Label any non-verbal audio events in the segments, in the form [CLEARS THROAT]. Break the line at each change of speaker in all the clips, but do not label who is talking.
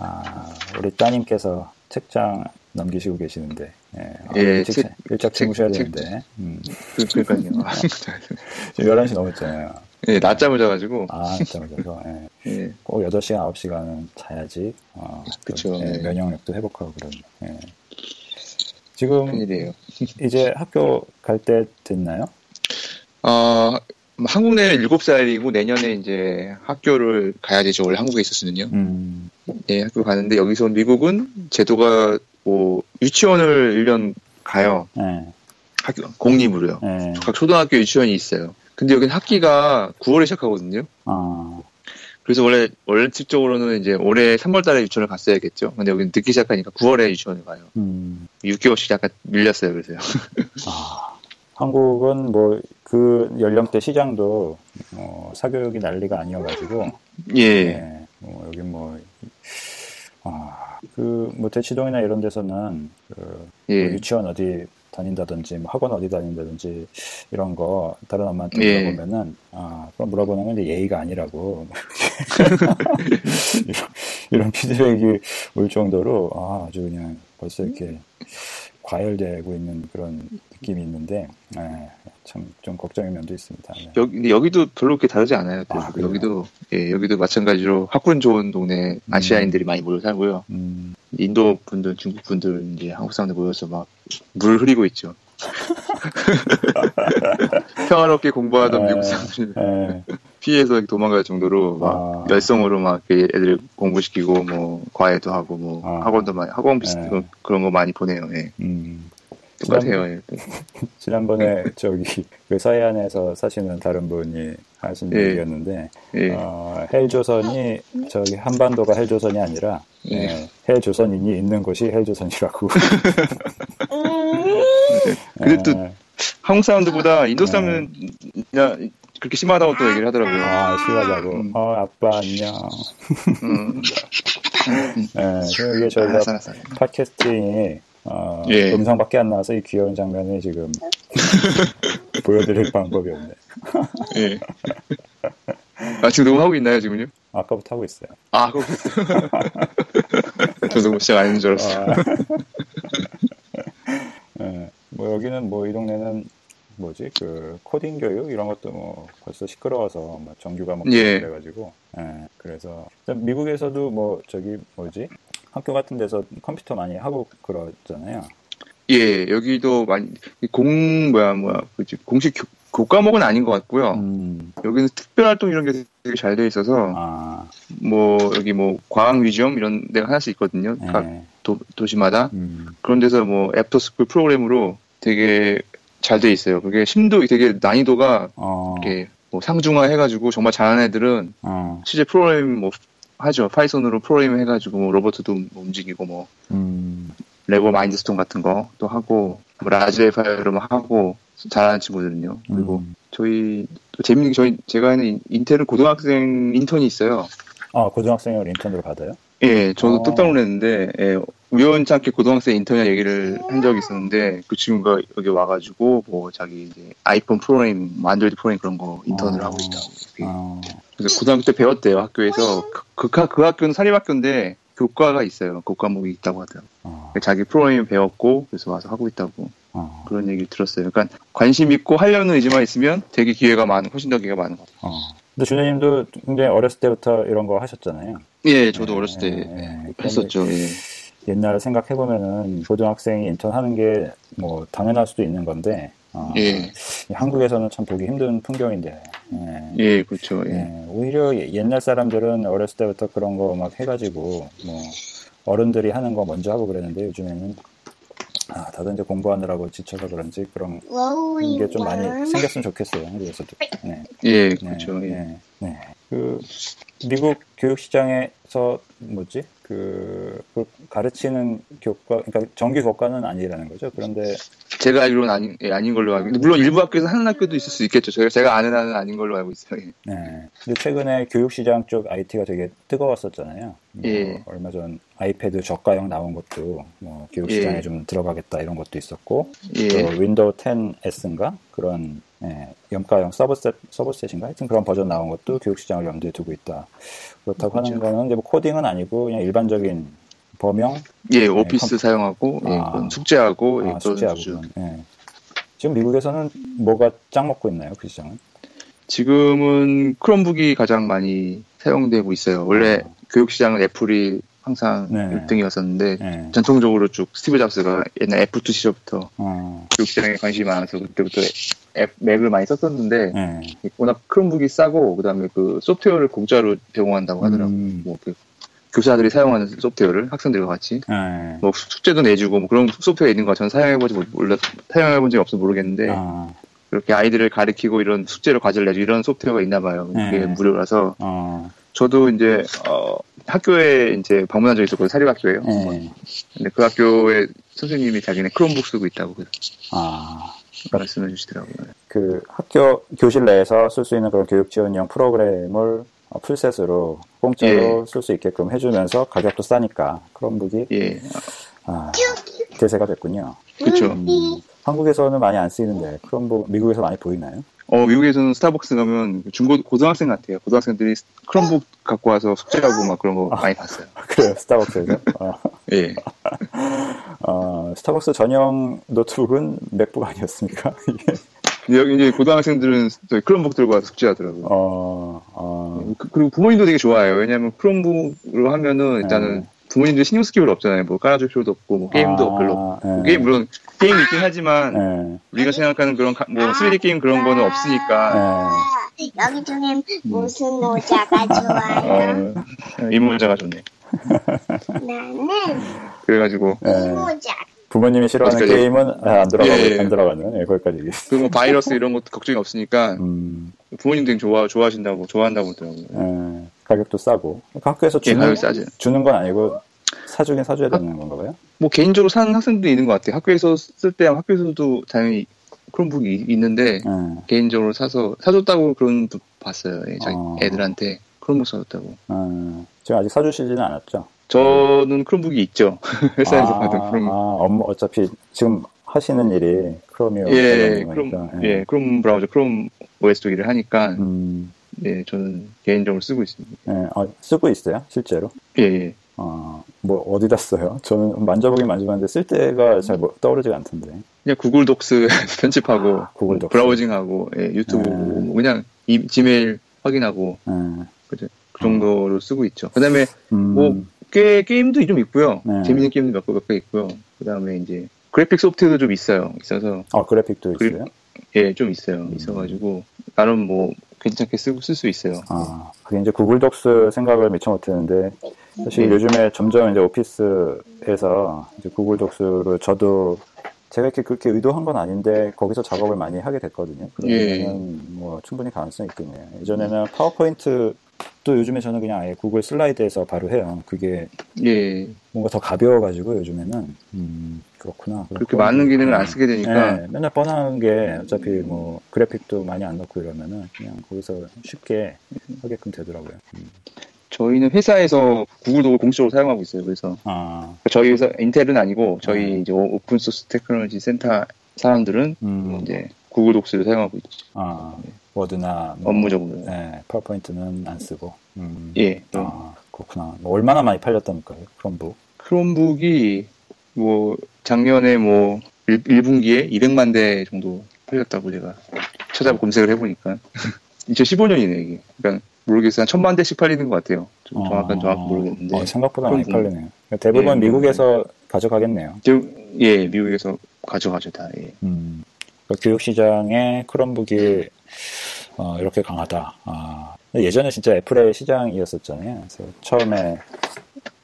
아, 우리 따님께서 책장 넘기시고 계시는데, 예, 아,
예,
일찍,
책-
일찍
책-
주무셔야
책-
되는데, 음,
그- 그러니까요.
지금 11시 넘었잖아요.
예, 낮잠을 자가지고.
아, 진짜, 그래서, 예.
예,
꼭 8시간, 9시간은 자야지, 어, 좀,
그쵸,
예,
네.
면역력도 회복하고 그러네요. 예. 지금
큰일이에요.
이제 학교 갈 때 됐나요?
아, 한국 내는 7살이고 내년에 이제 학교를 가야 되죠. 원래 한국에 있었으면요.
음,
예, 학교 가는데 여기서 미국은 제도가 뭐 유치원을 1년 가요.
예,
학교 공립으로요.
예,
각 초등학교 유치원이 있어요. 근데 여기는 학기가 9월에 시작하거든요.
아,
그래서 원래 원칙적으로는 이제 올해 3월달에 유치원을 갔어야겠죠. 근데 여기는 늦게 시작하니까 9월에 유치원을 가요.
음,
6개월씩 약간 밀렸어요. 그래서요.
아, 한국은 뭐 그 연령대 시장도 어, 사교육이 난리가 아니어가지고
예,
예, 뭐 여기 뭐 아, 그뭐 대치동이나 이런 데서는 그
예,
유치원 어디 다닌다든지 뭐 학원 어디 다닌다든지 이런 거 다른 엄마한테
예.
물어보면은 아 그럼 물어보는 건 이제 예의가
[LAUGHS]
아니라고 이런, 이런 피드백이 올 정도로 아, 아주 그냥 벌써 이렇게 과열되고 있는 그런 느낌이 있는데 예, 참 좀 걱정의 면도 있습니다. 네.
여기, 근데 여기도 별로 그렇게 다르지 않아요.
아, 그래요?
여기도, 예, 여기도 마찬가지로 학군 좋은 동네 아시아인들이 많이 모여 살고요.
음,
인도 분들, 중국 분들, 이제 한국 사람들 모여서 막 물 흐리고 있죠. [LAUGHS] 평화롭게 공부하던
네.
미국 사람들
예,
피해서 도망갈 정도로 막
아.
열성으로 막 이렇게 애들 공부시키고 뭐 과외도 하고 뭐
아.
학원도 많이 학원 비슷한 어,
네.
그런 거 많이 보내요. 예.
음.
똑같아요. 예.
지난번에 저기 [LAUGHS] 그 서해안에서 사시는 다른 분이 하신
예.
얘기였는데
예.
어, 헬조선이 저기 한반도가 헬조선이 아니라
예.
예, 헬조선인이 있는 곳이 헬조선이라고.
근데 음. 또-
예,
한국 사람들보다 인도
네.
사람은 그냥 그렇게 심하다고 또 얘기를 하더라고요.
아 심하다고.
음.
어 아빠 안녕. [LAUGHS]
음.
예, 그래서 이게 저희가
알았어, 알았어.
팟캐스팅이 어,
예.
음성밖에 안 나와서 이 귀여운 장면을 지금 보여드릴 방법이 없네.
예. 아, 지금 녹음하고 있나요, 지금요?
아까부터 하고 있어요.
아, 그거 됐어요. [LAUGHS] 저 녹음 시작 아닌 줄 알았어요.
아. 예, 뭐 여기는 뭐 이 동네는 뭐지 그 코딩 교육 이런 것도 뭐 벌써 시끄러워서 막 정규 과목
예.
그래가지고 예, 그래서 일단 미국에서도 뭐 저기 뭐지 학교 같은 데서 컴퓨터 많이 하고 그러잖아요.
예, 여기도 많이, 공, 뭐야, 뭐야, 그지 공식 교, 교과목은 아닌 것 같고요.
음.
여기는 특별 활동 이런 게 되게 잘 돼 있어서,
아,
뭐, 여기 뭐, 과학 뮤지엄 이런 데가 하나씩 있거든요.
예.
각 도, 도시마다.
음.
그런 데서 뭐, 애프터스쿨 프로그램으로 되게 잘 돼 있어요. 그게 심도 되게 난이도가
어,
이렇게 뭐 상중하 해가지고 정말 잘하는 애들은
어,
실제 프로그램 뭐 하죠. 파이썬으로 프로그램 해가지고 뭐 로버트도 뭐 움직이고 뭐
음,
레고 마인드스톤 같은 것도 하고 뭐 라즈베파이로 하고 잘하는 친구들은요. 그리고
음.
저희 또 재밌는 게 저희 제가 하는 인- 인텔은 고등학생 인턴이 있어요.
아 고등학생을 인턴으로 받아요?
예, 저도
어.
뚝딱 놀랐는데 예, 우연찮게 고등학생 인턴이랑 얘기를 한 적이 있었는데 그 친구가 여기 와가지고 뭐 자기 이제 아이폰 프로그램, 뭐 안드로이드 프로그램 그런 거 인턴을
어.
하고 예. 있다고. 이렇게
어,
그래서 고등학교 때 배웠대요 학교에서 그, 그, 학- 그 학교는 사립학교인데 교과가 있어요 교과목이 있다고 하더라고요 그러니까
어,
자기 프로그램 배웠고 그래서 와서 하고 있다고
어,
그런 얘기를 들었어요 그러니까 관심 있고 하려는 의지만 있으면 되게 기회가 많은 훨씬 더 기회가 많은 것 같아요
어. 근데 준혜님도 굉장히 어렸을 때부터 이런 거 하셨잖아요.
예 저도 어렸을
예,
때
예.
했었죠 예.
옛날에
음.
생각해보면은 고등학생이 인턴하는 게 뭐 당연할 수도 있는 건데 어,
예.
한국에서는 참 보기 힘든 풍경인데 예.
예 그렇죠 예.
예, 오히려 예- 옛날 사람들은 어렸을 때부터 그런 거 막 해가지고 뭐 어른들이 하는 거 먼저 하고 그랬는데 요즘에는 아, 다들 이제 공부하느라고 지쳐서 그런지 그런 게 좀 많이 생겼으면 좋겠어요 한국에서도 네.
예
네,
그렇죠 예.
네, 네. 그 미국 교육 시장에서 뭐지? 그, 그 가르치는 교과, 그러니까 정규 교과는 아니라는 거죠. 그런데
제가 알기로는 아닌, 예, 아닌 걸로 알고 있는데 물론 일부 학교에서 하는 학교도 있을 수 있겠죠 제가, 제가 아는 한은 아닌 걸로 알고 있어요 예.
네. 근데 최근에 교육 시장 쪽 IT가 되게 뜨거웠었잖아요. 뭐
예.
얼마 전 아이패드 저가형 나온 것도 뭐 교육 시장에
예.
좀 들어가겠다 이런 것도 있었고
예.
또 윈도우 10S인가 그런 예, 염가형 서브셋, 서브셋인가? 하여튼 그런 버전 나온 것도 교육시장을 염두에 두고 있다. 그렇다고 하는
그렇죠.
거는 이제 뭐 코딩은 아니고 그냥 일반적인 범용,
예, 오피스
컴퓨-
사용하고 예,
아.
그건 숙제하고 예,
아,
그런
숙제하고.
수준.
그런, 예. 지금 미국에서는 뭐가 짱 먹고 있나요? 그 시장은?
지금은 크롬북이 가장 많이 사용되고 있어요. 원래
아.
교육 시장은 애플이 항상
네.
1등이었었는데
예.
전통적으로 쭉 스티브 잡스가 옛날 F2 시절부터
어,
교육 시장에 관심이 많아서 그때부터 앱, 맥을 많이 썼었는데
예.
워낙 크롬북이 싸고 그다음에 그 소프트웨어를 공짜로 제공한다고 하더라고요.
음,
뭐 그 교사들이 사용하는 소프트웨어를 학생들과 같이
예.
뭐 숙- 숙제도 내주고 뭐 그런 소프트웨어 있는 거 저는 사용해보지 못- 몰라 사용해본 적이 없어 모르겠는데
아,
그렇게 아이들을 가르치고 이런 숙제로 과제를 내주 이런 소프트웨어가 있나 봐요. 그게
네.
무료라서
어,
저도 이제 어, 학교에 이제 방문한 적이 있었거든요. 사립학교예요.
예.
근데 그 학교에 선생님이 자기네 크롬북 쓰고 있다고 그
아.
말씀해 주시더라고요.
그 학교 교실 내에서 쓸 수 있는 그런 교육 지원용 프로그램을 어, 풀셋으로 공짜로 쓸 수 있게끔 해주면서 가격도 싸니까 크롬북이
예,
아, 대세가 됐군요.
그렇죠.
음, 한국에서는 많이 안 쓰이는데 크롬북 미국에서 많이 보이나요? [LAUGHS]
어, 미국에서는 스타벅스 가면 그 중고 고등학생 같아요. 고등학생들이 크롬북 갖고 와서 숙제하고 막 그런 거 많이 봤어요.
그래요 스타벅스에서 어,
예,
어, 스타벅스 전용 노트북은 맥북 아니었습니까? [LAUGHS] 이게
여기 이제 고등학생들은 저기 크롬북 들고 와서 숙제하더라고요.
어, 어,
그- 그리고 부모님도 되게 좋아해요. 왜냐하면 크롬북으로 하면은 일단은
네.
부모님들 신경 쓸 필요 없잖아요. 뭐 깔아줄 필요도 없고 뭐 게임도
아,
별로.
예,
게임 물론 게임 있긴 하지만
예,
우리가 생각하는 그런 가- 뭐 3D 게임 그런 거는 없으니까 음.
네.
아, 여기 중에 무슨 모자가 좋아요?
어, 이모자가 좋네. 네.
나는
그래가지고
이
예.
모자.
부모님이 싫어하는
어디까지?
게임은 아, 안 들어가고
예, 예.
안 들어가는 예, 거기까지 얘기.
그리고 뭐 바이러스 이런 것도 걱정이 없으니까
음,
부모님들 좋아 좋아하신다고 좋아한다고 하더라고요.
예, 가격도 싸고 그러니까 학교에서
예,
주는
가격이 싸지.
주는 건 아니고 사주긴 사줘야 되는 건가 봐요.
뭐 개인적으로 사는 학생도 있는 것 같아요. 학교에서 쓸 때 학교에서도 당연히 크롬북이 이- 있는데
예,
개인적으로 사서 사줬다고 그런 분 봤어요. 예, 자기
어.
애들한테 크롬북 사줬다고.
음, 지금 아직 사주시지는 않았죠.
저는 크롬북이 있죠. [LAUGHS] 회사에서 받은
아,
크롬.
업무 어차피 지금 하시는 일이 크롬이요.
예, 크롬, 예, 크롬 브라우저, 크롬 OS 쪽일을 하니까,
음,
예, 저는 개인적으로 쓰고 있습니다.
예, 아, 쓰고 있어요, 실제로.
예, 예.
어, 뭐 어디다 써요? 저는 만져보긴 만져봤는데 쓸 때가 잘 뭐- 떠오르지가 않던데.
그냥 구글 독스 [LAUGHS] 편집하고,
구글 독스.
브라우징하고, 예, 유튜브,
음.
뭐 그냥 이, 지메일 확인하고,
예,
그 정도로 쓰고 있죠. 그 다음에,
음,
뭐, 꽤 게임도 좀 있고요.
네.
재밌는 게임도 몇 개 몇 개 있고요. 그 다음에 이제, 그래픽 소프트웨어도 좀 있어요. 있어서,
아, 그래픽도
그리-
있어요.
예, 좀 있어요.
음.
있어가지고, 나름 뭐, 괜찮게 쓰고, 쓸 수 있어요.
아, 그게 이제 구글 독스 생각을 미처 못했는데 사실
네.
요즘에 점점 이제 오피스에서 이제 구글 독스로 저도 제가 이렇게 그렇게 의도한 건 아닌데 거기서 작업을 많이 하게 됐거든요.
예.
그러면 뭐 충분히 가능성이 있겠네요. 예전에는 파워포인트도 요즘에 저는 그냥 아예 구글 슬라이드에서 바로 해요. 그게
예.
뭔가 더 가벼워가지고 요즘에는 음, 그렇구나.
그렇게 많은 기능을 안 쓰게 되니까
네, 맨날 뻔한 게 어차피 뭐 그래픽도 많이 안 넣고 이러면은 그냥 거기서 쉽게 하게끔 되더라고요. 음.
저희는 회사에서 구글 독을 공식적으로 사용하고 있어요. 그래서
아,
저희 회사 인텔은 아니고 저희
음.
이제 오픈 소스 테크놀로지 센터 사람들은
음,
이제 구글 독스를 사용하고 있죠.
아, 워드나 뭐,
업무적으로.
네, 파워포인트는 안 쓰고. 음.
예.
아, 그렇구나. 뭐 얼마나 많이 팔렸답니까? 크롬북.
크롬북이 뭐 작년에 뭐 1, 분기에 200만 대 정도 팔렸다고 제가 찾아 검색을 해보니까 [LAUGHS] 2015년이네 이게. 그러니까 모르겠어요. 한 천만 대씩 팔리는 것 같아요. 좀 정확한
아,
정확 모르겠는데.
어, 생각보다 많이
크롬북.
팔리네요. 그러니까 대부분
예.
미국에서 가져가겠네요.
지금 예 미국에서 가져가죠 다. 예.
음, 그 교육 시장에 크롬북이 어, 이렇게 강하다. 아, 근데 예전에 진짜 애플의 시장이었었잖아요. 그래서 처음에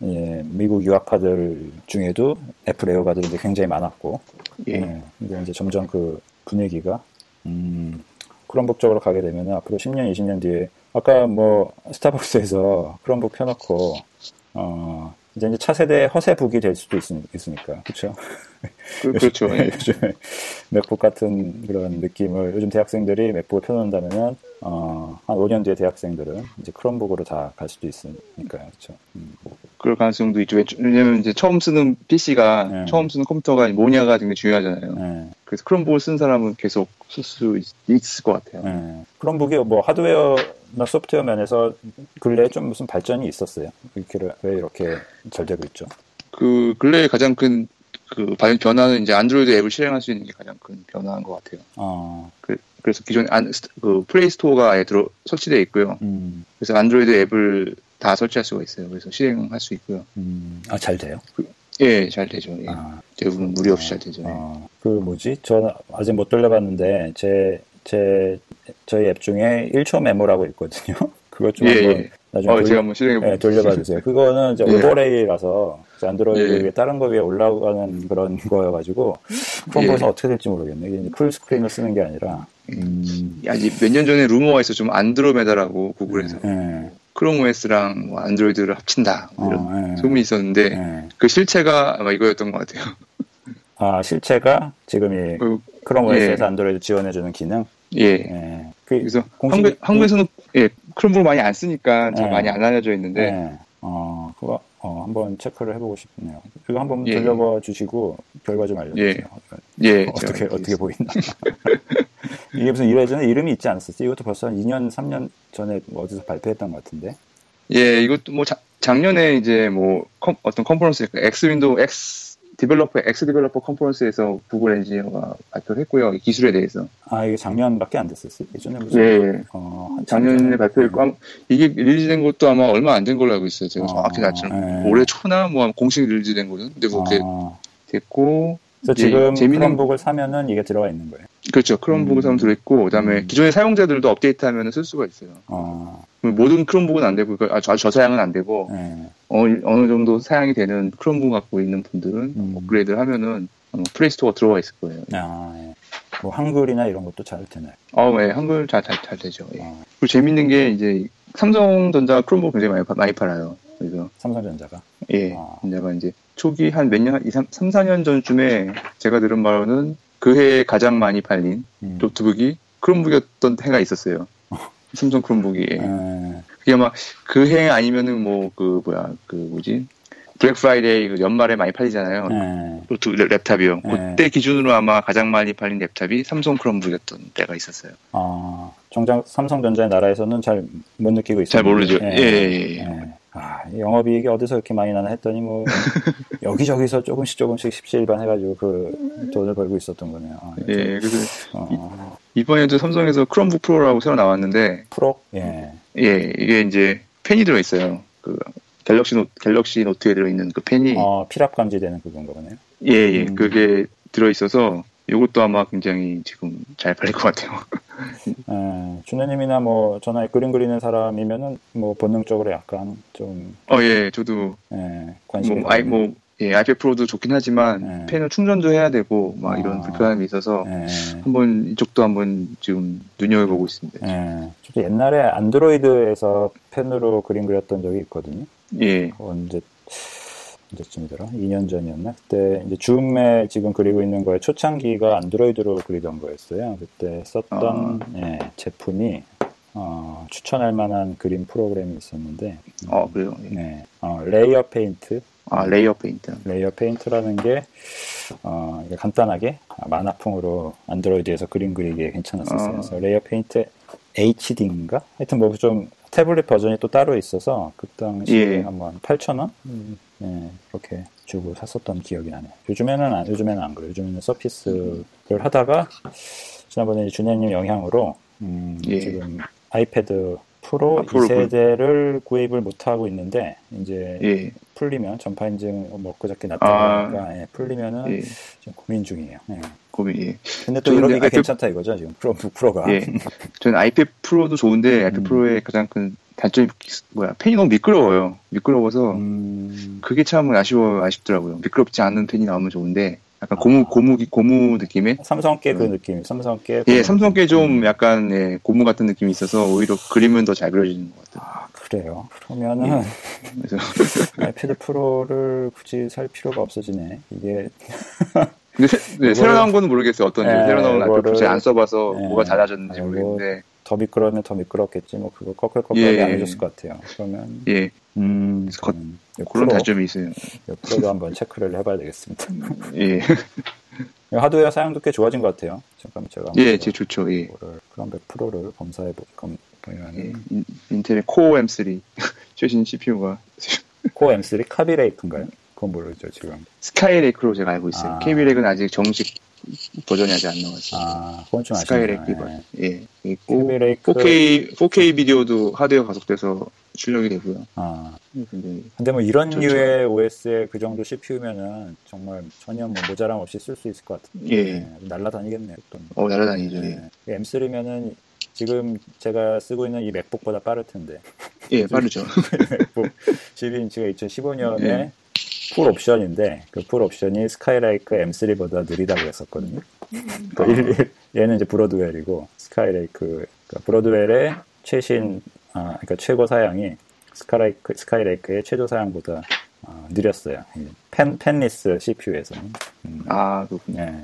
예, 미국 유학파들 중에도 애플 애호가들이 이제 굉장히 많았고,
예.
예, 근데 이제 점점 그 분위기가 음, 크롬북 쪽으로 가게 되면 앞으로 10년, 20년 뒤에 아까 뭐 스타벅스에서 크롬북 펴놓고 어, 이제 이제 차세대 허세북이 될 수도 있, 있으니까 그렇죠.
그, 그렇죠. 예.
[LAUGHS] 요즘에 맥북 같은 그런 느낌을 요즘 대학생들이 맥북을 펴놓는다면은 어, 한 5년 뒤에 대학생들은 이제 크롬북으로 다 갈 수도 있으니까요, 그렇죠? 음,
그럴 가능성도 있죠. 왜- 왜냐면 이제 처음 쓰는 PC가
네.
처음 쓰는 컴퓨터가 뭐냐가 굉장히 중요하잖아요.
네.
그 그래서 크롬북을 쓴 사람은 계속 쓸 수 있을 것 같아요.
예. 크롬북이 뭐 하드웨어나 소프트웨어 면에서 근래에 좀 무슨 발전이 있었어요. 이렇게 왜 이렇게 잘 되고 있죠?
그 근래에 가장 큰 그 변화는 이제 안드로이드 앱을 실행할 수 있는 게 가장 큰 변화인 것 같아요.
어,
그래서 기존 안, 스- 그 플레이 스토어가 아예 들어 설치되어 있고요.
음,
그래서 안드로이드 앱을 다 설치할 수가 있어요. 그래서 실행할 수 있고요.
음, 아, 잘 돼요?
예, 잘 되죠. 예.
아.
대부분 무리 없이 잘 되죠. 예.
어, 그 뭐지? 저 아직 못 돌려봤는데 제, 제 저희 앱 중에 1초 메모라고 있거든요. [LAUGHS] 그것 좀
예,
한번
예.
나중에
어,
돌려,
제가 한번 실행해 볼게요.
예, 돌려봐 주세요. 그거는 이제
예.
오버레이라서 이제 안드로이드
예.
위에 다른 거 위에 올라가는 그런 [LAUGHS] 거여가지고
예.
크롬에서 어떻게 될지 모르겠네. 이게 이제 풀스크린을 쓰는 게 아니라 음,
[LAUGHS] 아직 몇 년 전에 루머가 있어 좀 안드로메다라고 구글에서
예,
크롬 OS랑 뭐 안드로이드를 합친다 뭐 이런
어, 예,
소문이 있었는데
예.
그 실체가 아마 이거였던 것 같아요. [LAUGHS]
아 실체가 지금 이
그,
크롬
예.
OS에서 안드로이드 지원해주는 기능.
예.
예. 그-
그래서
공식-
한국, 한국에서는 예, 크롬북을 많이 안 쓰니까 잘
예.
많이 안 알려져 있는데
네. 어, 그거 어, 한번 체크를 해보고 싶네요. 이거 한번
예.
돌려봐 주시고 결과 좀 알려주세요.
예,
어떻게
제가
어떻게 보이나? 이게 무슨 이래저래 이름이 있지 않았었지? 이것도 벌써 한 2년, 3년 전에 뭐 어디서 발표했던 것 같은데.
예, 이것도 뭐 자- 작년에 이제 뭐 컴- 어떤 컨퍼런스 X 윈도우 X 디벨로퍼 X 디벨로퍼 컨퍼런스에서 구글 엔지니어가 발표를 했고요. 이 기술에 대해서.
아 이게 작년밖에 안 됐었어요. 예전에 무슨
예. 예.
어, 한참
작년에
전에. 어,
발표했고 아마 이게 릴리즈된 것도 아마 얼마 안 된 걸로 알고 있어요.
아,
제가 정확히 날짜는
예.
올해 초나 뭐 아마 공식 릴리즈된 거는 근데 뭐 그렇게
아,
됐고
그래서
예,
지금
재밌는-
크롬북을 사면은 이게 들어가 있는 거예요.
그렇죠. 크롬북
음.
사람도 있고 그다음에
음.
기존의 사용자들도 업데이트하면 쓸 수가 있어요.
어,
모든 크롬북은 안 되고 그러니까 아, 저, 저 사양은 안 되고
예.
어, 어느 정도 사양이 되는 크롬북 갖고 있는 분들은
음.
업그레이드 하면은 아마 플레이스토어 들어와 있을 거예요.
아, 예. 뭐 한글이나 이런 것도 잘 되나요?
아, 예, 한글 잘, 잘, 잘 되죠. 예.
어,
그리고 재밌는 게 이제 삼성전자 크롬북 굉장히 많이, 파- 많이 팔아요. 그래서
삼성전자가.
예,
아.
내가 이제 초기 한 몇 년, 2, 3, 4년 전쯤에 제가 들은 바로는 그 해에 가장 많이 팔린
음.
노트북이 크롬북이었던 해가 있었어요. 삼성 크롬북이. 예.
예.
그게 아마 그 해 아니면은 뭐 그 뭐야 그 뭐지 블랙 프라이데이 그 연말에 많이 팔리잖아요.
예.
노트 랩- 랩탑이요.
네.
그때 기준으로 아마 가장 많이 팔린 랩탑이 삼성 크롬북이었던 때가 있었어요.
아, 정작 삼성전자의 나라에서는 잘 못 느끼고 있어요.
잘 모르죠.
네.
예, 예, 예.
아, 영업이익이 어디서 이렇게 많이 나나 했더니 뭐
[LAUGHS]
여기저기서 조금씩 조금씩 십시일반 해가지고 그 돈을 벌고 있었던 거네요. 아,
음. 예,
이제,
그래서
어,
이번에도 삼성에서 크롬북 프로라고 새로 나왔는데,
프로? 예.
예, 이게 이제 펜이 들어있어요. 그 갤럭시 노 갤럭시 노트에 들어있는 그 펜이,
어, 피랍 감지되는 그건가 보네요.
예, 예,
음.
그게 들어있어서 이것도 아마 굉장히 지금 잘 팔릴 것 같아요.
예, 준호님이나 뭐 전화에 그림 그리는 사람이면은 뭐 본능적으로 약간 좀
어, 예, 저도
예, 관심이
뭐 아이
가는-
뭐 예, 아이패드 프로도 좋긴 하지만
네.
펜은 충전도 해야 되고 막 이런
아.
불편함이 있어서
예.
한번 이쪽도 한번 지금 눈여겨보고 있습니다.
예, 저도 옛날에 안드로이드에서 펜으로 그림 그렸던 적이 있거든요.
예.
뭐 언제 언제쯤이더라? 2년 전이었나? 그때 이제 줌에 지금 그리고 있는 거에 초창기가 안드로이드로 그리던 거였어요. 그때 썼던 예, 제품이 어, 추천할 만한 그림 프로그램이 있었는데,
어 그래요. 예.
네, 어, 레이어 페인트,
아 레이어 페인트.
레이어 페인트라는 게 어, 이게 간단하게 만화풍으로 안드로이드에서 그림 그리기에 괜찮았었어요.
아.
그래서 레이어 페인트 HD인가? 하여튼 뭐 좀 태블릿 버전이 또 따로 있어서 그 당시에
예.
한번 8,000원? 네, 그렇게 주고 샀었던 기억이 나네요. 요즘에는 안, 요즘에는 안 그래요. 요즘에는 서피스를 하다가 지난번에 준현님 영향으로 음,
예.
지금 아이패드 프로
아, 프로,
2세대를 구입을 못하고 있는데 이제
예.
풀리면 전파 인증 먹고 잡게
아.
나타나니까 풀리면은
예.
지금 고민 중이에요. 예.
고민. 예.
근데 또
저는
이런
근데
게
아이패-
괜찮다 이거죠 지금 프로 프로가.
예. 저는 아이패드 프로도 좋은데 아이패드
아. 음.
프로의 가장 큰 단점이 뭐야 펜이 너무 미끄러워요. 미끄러워서
음,
그게 참 아쉬워 아쉽더라고요. 미끄럽지 않은 펜이 나오면 좋은데 약간
아.
고무 고무 고무 느낌의
삼성께 그
음.
느낌. 삼성께.
예
그
삼성께 좀
음.
약간 예, 고무 같은 느낌이 있어서 오히려 그림은 더 잘 그려지는 것 같아요.
아 그래요. 그러면은
그래서 예.
[LAUGHS] 아이패드 프로를 굳이 살 필요가 없어지네. 이게
근데 새, 네,
이거를-
새로 나온 거는 모르겠어요. 어떤지
예,
새로 나온 아이패드
이거를-
프로 제가 안 써봐서
예.
뭐가 달라졌는지
아이고.
모르겠는데
더 미끄러면 더 미끄럽겠지. 뭐 그거 꺼끌꺼끌하게
예.
안 해줬을 것 같아요. 그러면
예
음뭐
거-
저는 요
그런
프로,
단점이 있어요.
요 프로도 한번 체크를 해봐야 되겠습니다.
예.
[LAUGHS]
[LAUGHS]
하드웨어 사양도 꽤 좋아진 것 같아요. 잠깐 제가 한번
예, 제 좋죠. 예.
이거를 크롬백 프로를 검사해 보- 검-
예.
보면은
인- 인텔의 코어 M3 [LAUGHS] 최신 CPU가 [LAUGHS]
코어 M3 카비레이크인가요? 그건 모르죠 지금.
스카이레이크로 제가 알고 있어요.
아.
KB렉은 아직 정식 버전이 아직 안 나왔어요.
아, 그건 좀 아쉽네요.
스카이레이크
예.
버전. 예. 있고
카비레이크.
4K 4K 비디오도 하드웨어 가속돼서 출력이 되고요.
아,
근데
근데 뭐 이런
좋죠.
류의 OS에 그 정도 CPU면은 정말 전혀 뭐 모자람 없이 쓸 수 있을 것 같아요.
예.
날라다니겠네요. 또.
어 날아다니죠.
네.
예,
M3면은 지금 제가 쓰고 있는 이 맥북보다 빠를 텐데.
예 빠르죠.
맥북 12인치가 2015년에
예.
풀 옵션인데 그 풀 옵션이 스카이라이크 M3보다 느리다고 했었거든요. 그
아.
일- 일- 얘는 이제 브로드웰이고 스카이레이크 그러니까 브로드웰의 최신 아, 그러니까 최고 사양이 스카이레이크 스카이레이크의 최저 사양보다 아, 느렸어요. 이 펜 펜리스 CPU에서는.
[LAUGHS] 아 그렇군요.
네.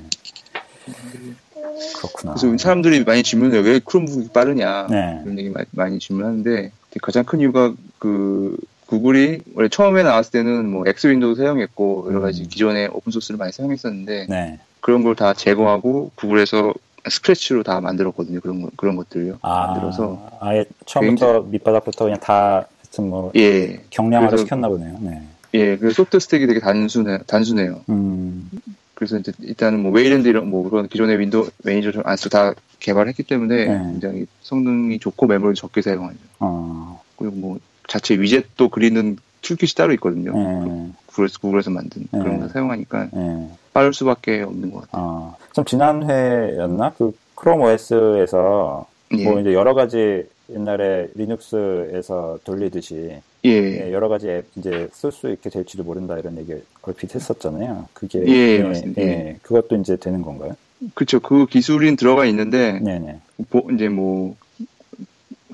그렇구나.
그래서 사람들이 많이 질문해요. 왜 크롬북이 빠르냐
네.
이런 얘기 마- 많이 질문하는데 가장 큰 이유가 그 구글이 원래 처음에 나왔을 때는 뭐 엑스 윈도우 사용했고 여러 가지
음.
기존의 오픈 소스를 많이 사용했었는데
네.
그런 걸 다 제거하고 구글에서 스크래치로 다 만들었거든요. 그런 거- 그런 것들을요.
아,
만들어서
아예 처음부터 밑바닥부터 그냥 다 하여튼 뭐
예.
경량화를
그래서-
시켰나 보네요. 네.
예, 그 소프트 스택이 되게 단순해, 단순해요.
음.
그래서 이제 일단은 뭐 웨일랜드 이런 뭐 그런 기존의 윈도우 매니저처럼 안쓰고 다 개발했기 때문에
네.
굉장히 성능이 좋고 메모리를 적게 사용하죠.
어.
그리고 뭐 자체 위젯도 그리는 툴킷이 따로 있거든요.
예.
구글에서, 구글에서 만든
네.
그런 걸 사용하니까
예.
빠를 수밖에 없는 것 같아요.
아, 참 지난 회였나? 그 크롬 OS에서
예,
뭐 이제 여러 가지 옛날에 리눅스에서 돌리듯이
예,
여러 가지 앱 이제 쓸 수 있게 될지도 모른다 이런 얘기 얼핏 했었잖아요. 그게
예, 맞습니다.
예, 그것도 이제 되는 건가요?
그렇죠. 그 기술은 들어가 있는데
네, 네.
보- 이제 뭐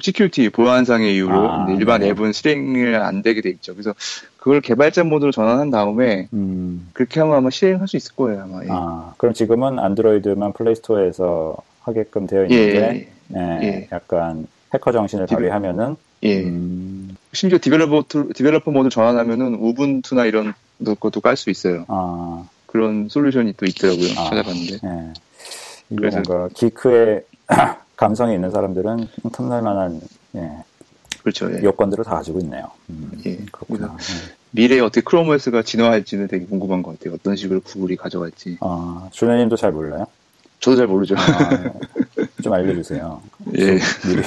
시큐리티 보안상의 이유로
아,
이제 일반
네.
앱은 실행이 안 되게 돼 있죠. 그래서 그걸 개발자 모드로 전환한 다음에
음.
그렇게 하면 아마 실행할 수 있을 거예요 아마. 예.
아, 그럼 지금은 안드로이드만 플레이스토어에서 하게끔 되어
예,
있는데 예,
예.
약간 해커 정신을
지금-
발휘하면은
예, 예.
음,
심지어 디벨로퍼 툴- 디벨로퍼 모드 전환하면은 우분투나 이런 것도 깔 수 있어요.
아,
그런 솔루션이 또 있더라고요.
아.
찾아봤는데.
예. 이게
그래서-
뭔가 기크의 [CLEARS THROAT] 감성이 있는 사람들은 탐날 만한 예,
그렇죠. 예.
여건들을 다 가지고 있네요. 음,
예.
그렇구나. 예.
미래에 어떻게 크롬 OS가 진화할지는 되게 궁금한 것 같아요. 어떤 식으로 구글이 가져갈지.
아, 준현님도 잘 몰라요?
저도 잘 모르죠.
아,
[LAUGHS]
좀 알려주세요.
예. [LAUGHS]
미리.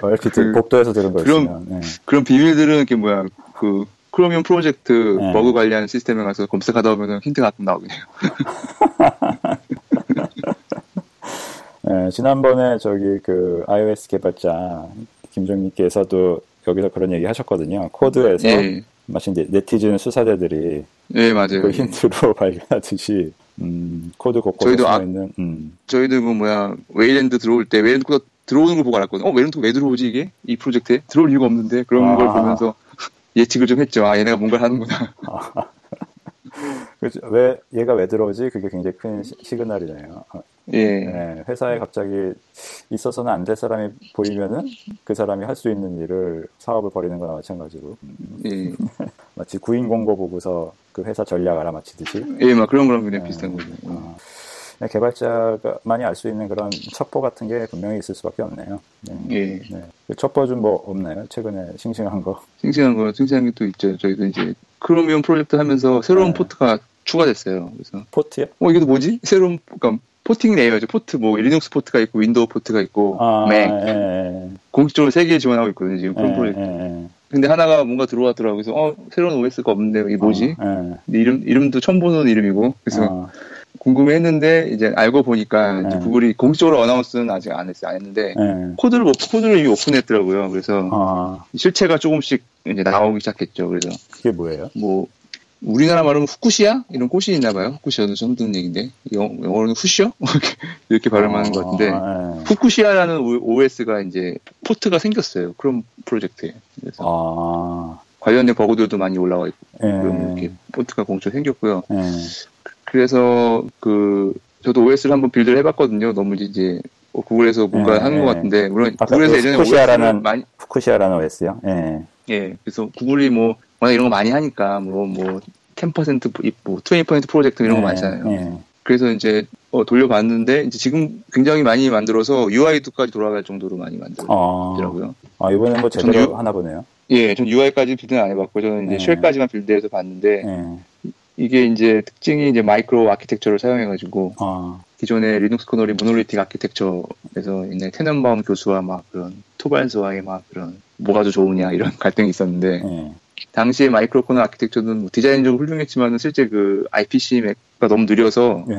얼핏
그-
복도에서 들은
그럼-
거였으면. 예.
그런 비밀들은 이게 뭐야? 그 크로미움 프로젝트
네.
버그 관리하는 시스템에 가서 검색하다 보면 힌트가 가끔 나오긴 해요.
예, 지난번에 저기 그 iOS 개발자 김종님께서도 여기서 그런 얘기 하셨거든요. 코드에서
예,
마치 이제 네티즌 수사자들이
예 맞아요.
그 힌트로 [LAUGHS] 발견하듯이 음, 코드 곳곳에
저희도 아-
숨어 있는 음,
저희도 그 뭐야 웨일랜드 들어올 때 웨일랜드 코가 들어오는 걸 보고 알았거든요. 어 웨일랜드 왜 들어오지 이게 이 프로젝트에 들어올 이유가 없는데 그런
아.
걸 보면서 예측을 좀 했죠. 아 얘네가 뭔가를 하는구나.
그죠. 왜 얘가 왜 들어오지? 그게 굉장히 큰 시, 시그널이네요. 어,
예,
예, 회사에 갑자기 있어서는 안 될 사람이 보이면은 그 사람이 할 수 있는 일을 사업을 벌이는 거나 마찬가지로
예,
마치 구인 공고 보고서 그 회사 전략 알아맞히듯이
예, 막 그런 거랑 그냥 비슷한 거죠.
어, 개발자만이 알 수 있는 그런 첩보 같은 게 분명히 있을 수밖에 없네요. 네.
예,
네. 그 첩보 좀 뭐 없나요? 최근에 싱싱한 거?
싱싱한 거, 싱싱한 게 또 있죠. 저희도 이제 크로미움 프로젝트 하면서 새로운
네.
포트가 추가됐어요. 그래서
포트요?
어 이게 또 뭐지? 새로운 그러니까 포팅 레이어죠. 포트 뭐 리눅스 포트가 있고 윈도우 포트가 있고 맥
예, 예,
공식적으로 세 개 지원하고 있거든요. 지금 크롬
예,
네. 프로젝트.
예, 예.
근데 하나가 뭔가 들어왔더라고요. 그래서 어 새로운 OS가 없는데 이게 뭐지?
어, 예.
근데 이름 이름도 처음 보는 이름이고 그래서
어,
궁금해했는데 이제 알고 보니까 이제
네. 구글이
구글이 공식적으로 어나운스는 아직 안 했어요. 안 했는데
예.
코드를 못- 코드를 이미 오픈했더라고요. 그래서
아,
실체가 조금씩 이제 나오기 시작했죠. 그래서
그게 뭐예요?
뭐 우리나라 말로는 후쿠시야 이런 꽃이 있나 봐요. 후쿠시야도 처음 듣는 얘기인데 영, 영어로는 후시어 이렇게- [LAUGHS] 이렇게 발음하는 것 같은데
아, 예.
후쿠시아라는 OS가 이제 포트가 생겼어요. 크롬 프로젝트에 그래서
아,
관련된 버그들도 많이 올라와 있고
예.
그런 이렇게 포트가 공식 생겼고요.
예.
그래서 그 저도 OS를 한번 빌드를 해봤거든요. 너무 이제 어, 구글에서 뭔가
예,
하는
예.
것 같은데 물론
아까
구글에서
그
예전에
후쿠시아라는-
OS를 많이
후쿠시아라는 OS요? 예.
예 그래서 구글이 뭐 워낙 이런 거 많이 하니까 뭐 뭐 10% 뭐, 20% 프로젝트 이런 거
예,
많잖아요.
예.
그래서 이제 어, 돌려봤는데 이제 지금 굉장히 많이 만들어서 UI도까지 돌아갈 정도로 많이
어,
만들더라고요.
아, 이번엔 뭐 제대로
정규?
하나 보네요.
예, 전 UI까지 빌드는 안 해봤고 저는 이제
네.
쉘까지만 빌드해서 봤는데
예.
이게 이제 특징이 이제 마이크로 아키텍처를 사용해가지고
아,
기존의 리눅스 커널이 모놀리틱 아키텍처에서 옛날 테넌바움 교수와 막 그런 토반스와의 막 그런 뭐가 더 좋으냐 이런 [LAUGHS] 갈등이 있었는데
예.
당시에 마이크로 커널 아키텍처는 뭐 디자인적으로 훌륭했지만 실제 그 IPC 맥가 너무 느려서
예.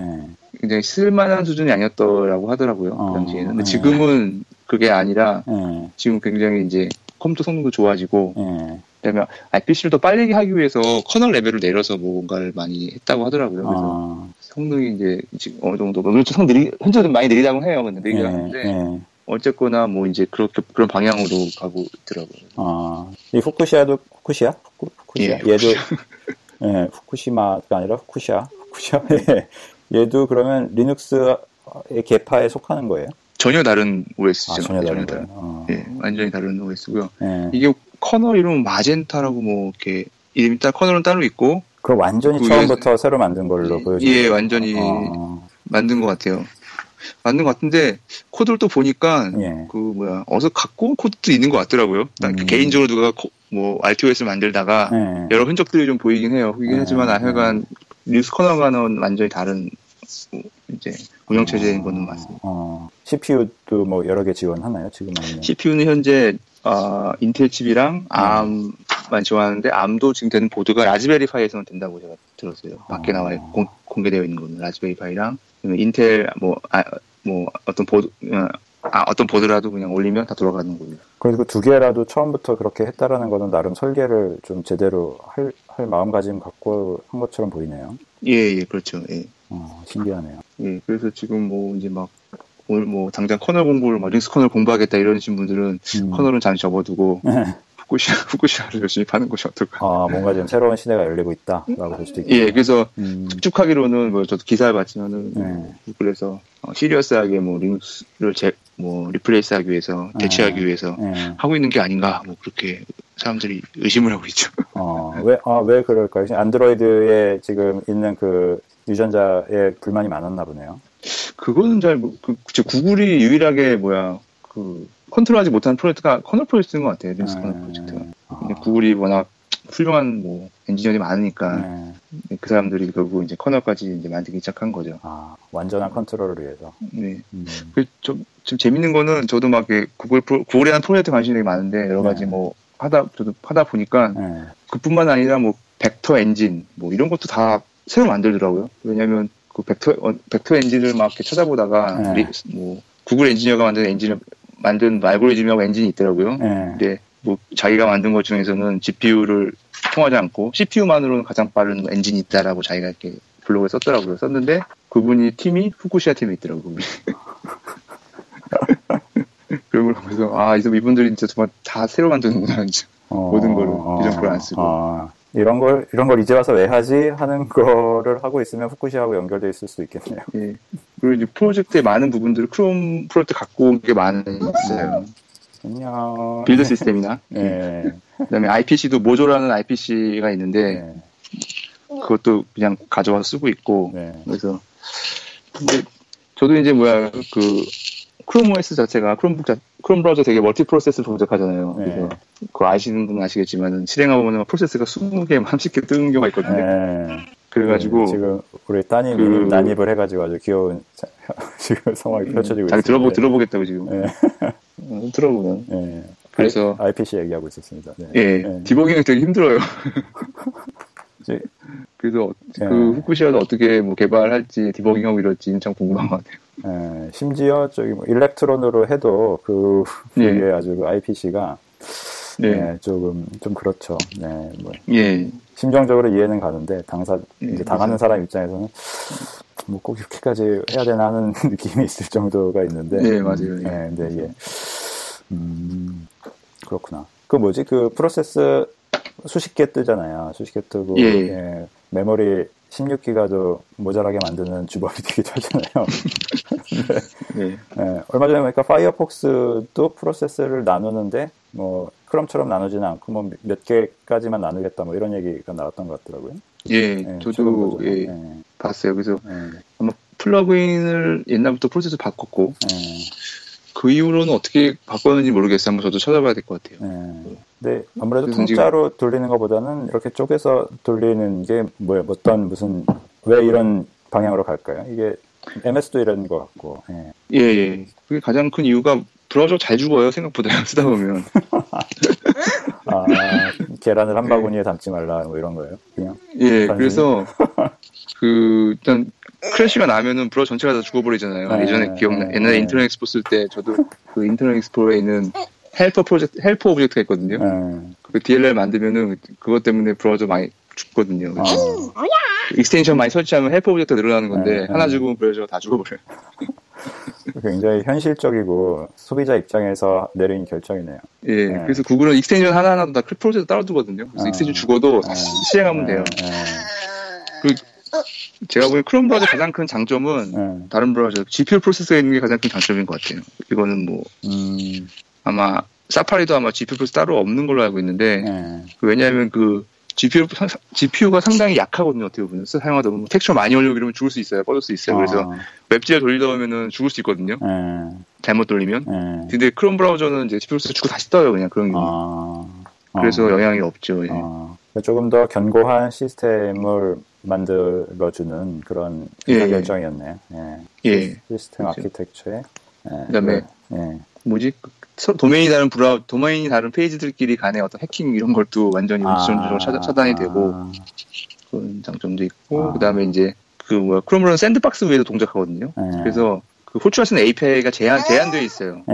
굉장히 쓸만한 수준이 아니었더라고 하더라고요
어,
그 당시에는 근데
네.
지금은 그게 아니라
예.
지금 굉장히 이제 컴퓨터 성능도 좋아지고
예.
그다음에 IPC를 더 빨리 하기 위해서 커널 레벨을 내려서 뭐 뭔가를 많이 했다고 하더라고요 그래서
아,
성능이 이제 지금 어느 정도 물론 성 느리 현재는 많이 느리다고 해요 근데
예.
느리긴 하는데
예.
어쨌거나 뭐 이제 그렇게 그런 방향으로 가고 있더라고요.
아, 이 후쿠시아도 후쿠시아? 후쿠, 후쿠시아?
예,
얘도 예, 후쿠시마가 아니라 후쿠시아. 후쿠시아. [LAUGHS] 예. 얘도 그러면 리눅스의 계파에 속하는 거예요?
전혀 다른 OS죠.
아, 전혀 다른 거예요. 어.
예, 완전히 다른 OS고요.
예.
이게 커널 이름은 마젠타라고 뭐 이렇게 이름이 따 커널은 따로 있고
그거 완전히
그
처음부터 새로 만든 걸로 보여지죠.
예, 완전히
어,
만든 것 같아요. 만든 것 같은데 코드를 또 보니까
예.
그 뭐야 어서 갖고 온 코드도 있는 것 같더라고요. 난
음.
개인적으로 누가 코- 뭐 RTOS를 만들다가
예.
여러 흔적들이 좀 보이긴 해요. 보이긴
음.
하지만 아, 하여간 뉴스 커널과는 완전히 다른 이제 공용 체제인 거는 맞습니다.
어, CPU도 뭐 여러 개 지원하나요? 지금 아니면?
CPU는 현재 아, 인텔 칩이랑 ARM만 지원하는데 ARM도 지금 되는 보드가 라즈베리 파이에서는 된다고 제가 들었어요. 밖에
아.
나와 있- 공, 공개되어 있는 거는 라즈베리 파이랑 그다음에 인텔 뭐, 아, 뭐 어떤 보드 어, 아, 어떤 보드라도 그냥 올리면 다 돌아가는 거예요.
그래서 그 두 개라도 처음부터 그렇게 했다라는 거는 나름 설계를 좀 제대로 할, 할 마음가짐 갖고 한 것처럼 보이네요.
예, 예, 그렇죠. 예.
어, 신기하네요.
예, 그래서 지금 뭐 이제 막 오늘 뭐 당장 커널 공부를 막 링스 커널 공부하겠다 이러신 분들은
음.
커널은 잠시 접어두고 [LAUGHS] 후쿠시아 후쿠시아를 열심히 파는 것이 어떨까.
아, 뭔가 지금 새로운 시대가 열리고 있다라고 볼 수도 있겠네요.
예, 그래서
음,
축축하기로는 뭐 저도 기사를 봤지만은
네.
구글에서 어, 시리어스하게 뭐 링스를 제뭐 리플레이스하기 위해서 대체하기 위해서
예.
하고 있는 게 아닌가 뭐 그렇게 사람들이 의심을 하고 있죠. [LAUGHS]
어, 왜, 아, 왜 그럴까요? 지금 안드로이드에 지금 있는 그 유전자에 불만이 많았나 보네요.
그거는 잘 모- 그, 그 구글이 유일하게 뭐야 그 컨트롤하지 못하는 프로젝트가 커널 프로젝트인 것 같아요. 링스 커널 프로젝트가.
아,
근데 구글이 워낙 훌륭한 뭐 엔지니어들이 많으니까
네.
그 사람들이 결국 이제 커널까지 이제 만들기 시작한 거죠.
아, 완전한 컨트롤을 위해서.
네.
음,
그좀 좀 재밌는 거는 저도 막 이렇게 구글 프로, 구글에 대한 프로젝트 관심이 되게 많은데 여러 가지
네.
뭐 하다 저도 하다 보니까
예.
그뿐만 아니라 뭐 벡터 엔진 뭐 이런 것도 다 새로 만들더라고요. 왜냐하면 그 벡터 어, 벡터 엔진을 막 이렇게
네.
찾아보다가 리- 뭐 구글 엔지니어가 만든 엔진을 만든 알고리즘하고 엔진이 있더라고요.
예.
근데 뭐 자기가 만든 것 중에서는 GPU를 통하지 않고 CPU만으로는 가장 빠른 엔진이 있다라고 자기가 이렇게 블로그에 썼더라고요. 썼는데 그분이 팀이 후쿠시아 팀이 있더라고요. 그분이. [LAUGHS] 그런 걸 보면서 아 이제 이분들이 진짜 정말 다 새로 만드는구나 이제.
어,
모든 거를 이런 걸안 쓰고.
아, 이런 걸 이런 걸 이제 와서 왜 하지 하는 [LAUGHS] 거를 하고 있으면 후쿠시하고 연결돼 있을 수도 있겠네요. [LAUGHS]
예. 그리고 이제 프로젝트의 많은 부분들을 크롬 프로젝트 갖고 온 게 많이 있어요.
안녕.
빌드 시스템이나
예.
그다음에 IPC도 모조라는 IPC가 있는데
네.
그것도 그냥 가져와서 쓰고 있고
네.
그래서 근데 저도 이제 뭐야 그 크롬 OS 자체가 크롬북 자, 크롬 브라우저 되게 멀티 프로세스 동작하잖아요.
네.
그래서 그거 아시는 분은 아시겠지만 실행해보면 프로세스가 20개, 30개 뜨는 경우가 있거든요.
네.
그래가지고
네, 지금 우리 따님이
그-
난입을 해가지고 아주 귀여운 자- [LAUGHS] 지금 상황이 펼쳐지고 있어요.
자기 음, 들어보고 들어보겠다고 지금
네.
어, 들어보면
예.
그래서-
I- IPC 얘기하고 있었습니다. 네.
예
네.
디버깅이 되게 힘들어요.
[LAUGHS] 이제-
그래서 어-
예.
그 후쿠시아도 어떻게 뭐 개발할지 디버깅하고 이럴지 참 궁금한 것 같아요.
예, 심지어 저기 뭐 일렉트론으로 해도 그
예.
위에 아주 그 IPC가
네,
조금 좀 그렇죠. 네, 뭐
예,
심정적으로 이해는 가는데 당사
예,
이제 당하는 사람 입장에서는 뭐 꼭 이렇게까지 해야 되나 하는 [LAUGHS] 느낌이 있을 정도가 있는데.
네, 맞아요.
음,
예.
네, 근데 이게 음, 그렇구나. 그 뭐지? 그 프로세스 수십 개 뜨잖아요. 수십 개 뜨고
예.
예, 메모리 16기가도 모자라게 만드는 주범이 [LAUGHS] 되기도 하잖아요.
네,
예, 얼마 전에 보니까 파이어폭스도 프로세스를 나누는데 뭐 크롬처럼 나누지는 않고 뭐 몇 개까지만 나누겠다 뭐 이런 얘기가 나왔던 것 같더라고요.
예,
예, 최근
저도
버전에.
예,
예,
봤어요. 그래서
예.
아마 플러그인을 옛날부터 프로세스 바꿨고
예,
그 이후로는 어떻게 바꿨는지 모르겠어요. 한번 저도 찾아봐야 될 것 같아요.
예. 근데 아무래도
그래서 지금-
통짜로 돌리는 것보다는 이렇게 쪼개서 돌리는 게 뭐예요? 어떤 무슨 왜 이런 방향으로 갈까요? 이게 MS도 이런 것 같고 예.
예, 예. 그게 가장 큰 이유가 브라우저 잘 죽어요. 생각보다 [LAUGHS] 쓰다 보면.
아, 계란을
네.
한 바구니에 담지 말라 뭐 이런 거예요? 그냥
예,
단순히. [LAUGHS]
그래서 그 일단 크래시가 나면은 브라우저 전체가 다 죽어버리잖아요.
네,
예전에 기억나
네,
옛날에
네.
인터넷 엑스포 쓸 때 저도 그 인터넷 엑스포에 있는 헬퍼 프로젝트 헬퍼 오브젝트가 있거든요.
예.
그 DLL 만들면은 그것 때문에 브라우저 많이 죽거든요. 그
아,
익스텐션 많이 설치하면 헬퍼 오브젝트 가 늘어나는 건데
네,
하나
네.
죽으면 브라우저 다 죽어버려요.
굉장히 현실적이고 소비자 입장에서 내린 결정이네요.
예,
네.
그래서 구글은 익스텐션 하나하나도 다 프로젝트 따로 두거든요. 그래서
아.
익스텐션 죽어도 다
네.
실행하면 돼요.
예, 네.
제가 보기엔 크롬 브라우저 가장 큰 장점은
예.
다른 브라우저 GPU 프로세서에 있는 게 가장 큰 장점인 것 같아요. 이거는 뭐
음,
아마 사파리도 아마 GPU 플러스 따로 없는 걸로 알고 있는데
예.
왜냐하면 그 GPU GPU가 상당히 약하거든요 어떻게 보면 사용하다 보면 텍스처 많이 올리고 이러면 죽을 수 있어요 뻗을 수 있어요 그래서 웹젤 돌리다 보면은 죽을 수 있거든요
아, 예,
잘못 돌리면
예.
근데 크롬 브라우저는 이제 GPU 플러스 죽고 다시 떠요 그냥 그런 경우
아,
그래서
아,
영향이 없죠 예.
아. 조금 더 견고한 시스템을 만들어주는 그런
예,
의사
예.
결정이었네요. 예.
예.
시스템
그렇죠.
아키텍처에. 예.
그다음에
예.
뭐지 그 서- 도메인이 다른 브라우 도메인이 다른 페이지들끼리 간의 어떤 해킹 이런 것도 완전히 원천적으로 차단- 차단이 되고
아,
그런 장점도 있고
아.
그다음에 이제 그 뭐야 크롬으로는 샌드박스 위에도 동작하거든요.
예.
그래서 그 호출할 수 있는 API가 제한 제한되어 있어요.
예.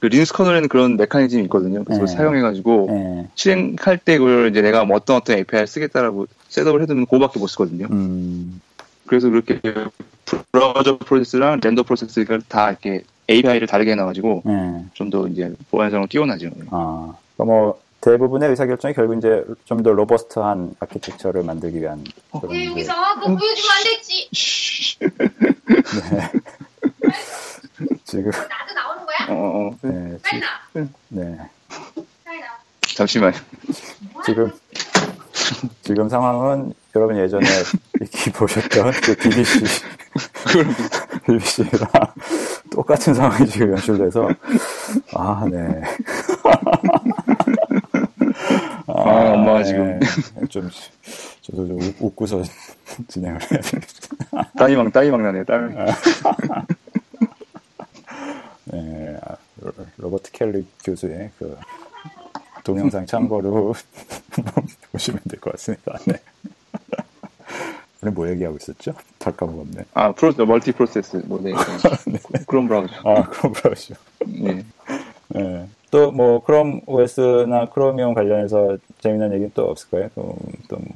그 리눅스 커널에는 그런 메커니즘이 있거든요. 그래서
네.
사용해가지고
예.
실행할 때 그걸 이제 내가 뭐 어떤 어떤 API를 쓰겠다라고 셋업을 해두면 그거밖에 못 쓰거든요.
음.
그래서 그렇게 브라우저 프로세스랑 랜더 프로세스가 다 이렇게 API를 다르게 해놔가지고
예.
좀 더 이제 보안성을 띄워나죠.
아. 그러니까 뭐 대부분의 의사 결정이 결국 이제 좀 더 로버스트한 아키텍처를 만들기 위한
어.
그런
왜
이제
네, 여기서 그거 보여주면 안 됐지?
지금
나도 나오는 거야?
어, 어, 어.
네,
빨리 나.
네.
빨리 나.
잠시만.
뭐야?
지금 지금 상황은 여러분 예전에 이렇게 보셨던 그 BBC BBC랑 똑같은 상황이 지금 연출돼서 아 네. 아,
엄마가
네.
지금. [LAUGHS]
좀 저도 좀 웃- 웃고서 [LAUGHS] 진행을 해야 되겠다.
땀이 막 땀이 막 나네. 땀이.
아. 네, 아, 로- 로버트 켈리 교수의 그 동영상 참고로 [LAUGHS] 보시면 될 것 같습니다. 네. 오늘 뭐 얘기하고 있었죠? 다 까먹었네.
아 프로세스 멀티 프로세스
[LAUGHS]
뭐네 그런 브라우저.
아, 크롬 브라우저.
네.
네. 또 뭐 크롬 OS나 크로미움 관련해서 재미난 얘기는 또 없을까요? 또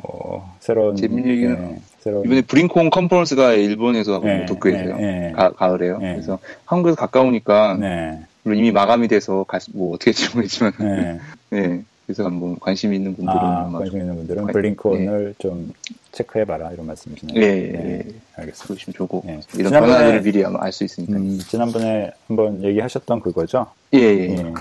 뭐 새로운
재밌는 얘기는
네, 새로운
이번에 브링콘 컨퍼런스가 일본에서 하고
네,
도쿄에서요.
네, 네.
가, 가을에요.
네.
그래서 한국에서 가까우니까
네.
물론 이미 마감이 돼서 가, 뭐 어떻게 될지 모르겠지만
네.
네. 그래서 한번 관심 있는 [LAUGHS] 분들은
아,
아마
관심 있는 분들은
관-
블링크온을 좀 체크해 봐라 이런 말씀이시네요.
예, 예,
네,
예.
알겠습니다.
보시면 좋고
네.
이런
지난번에-
변화들을 미리 아마 알 수 있으니까.
음, 지난번에 한번 얘기하셨던 그거죠?
예, 예.
예.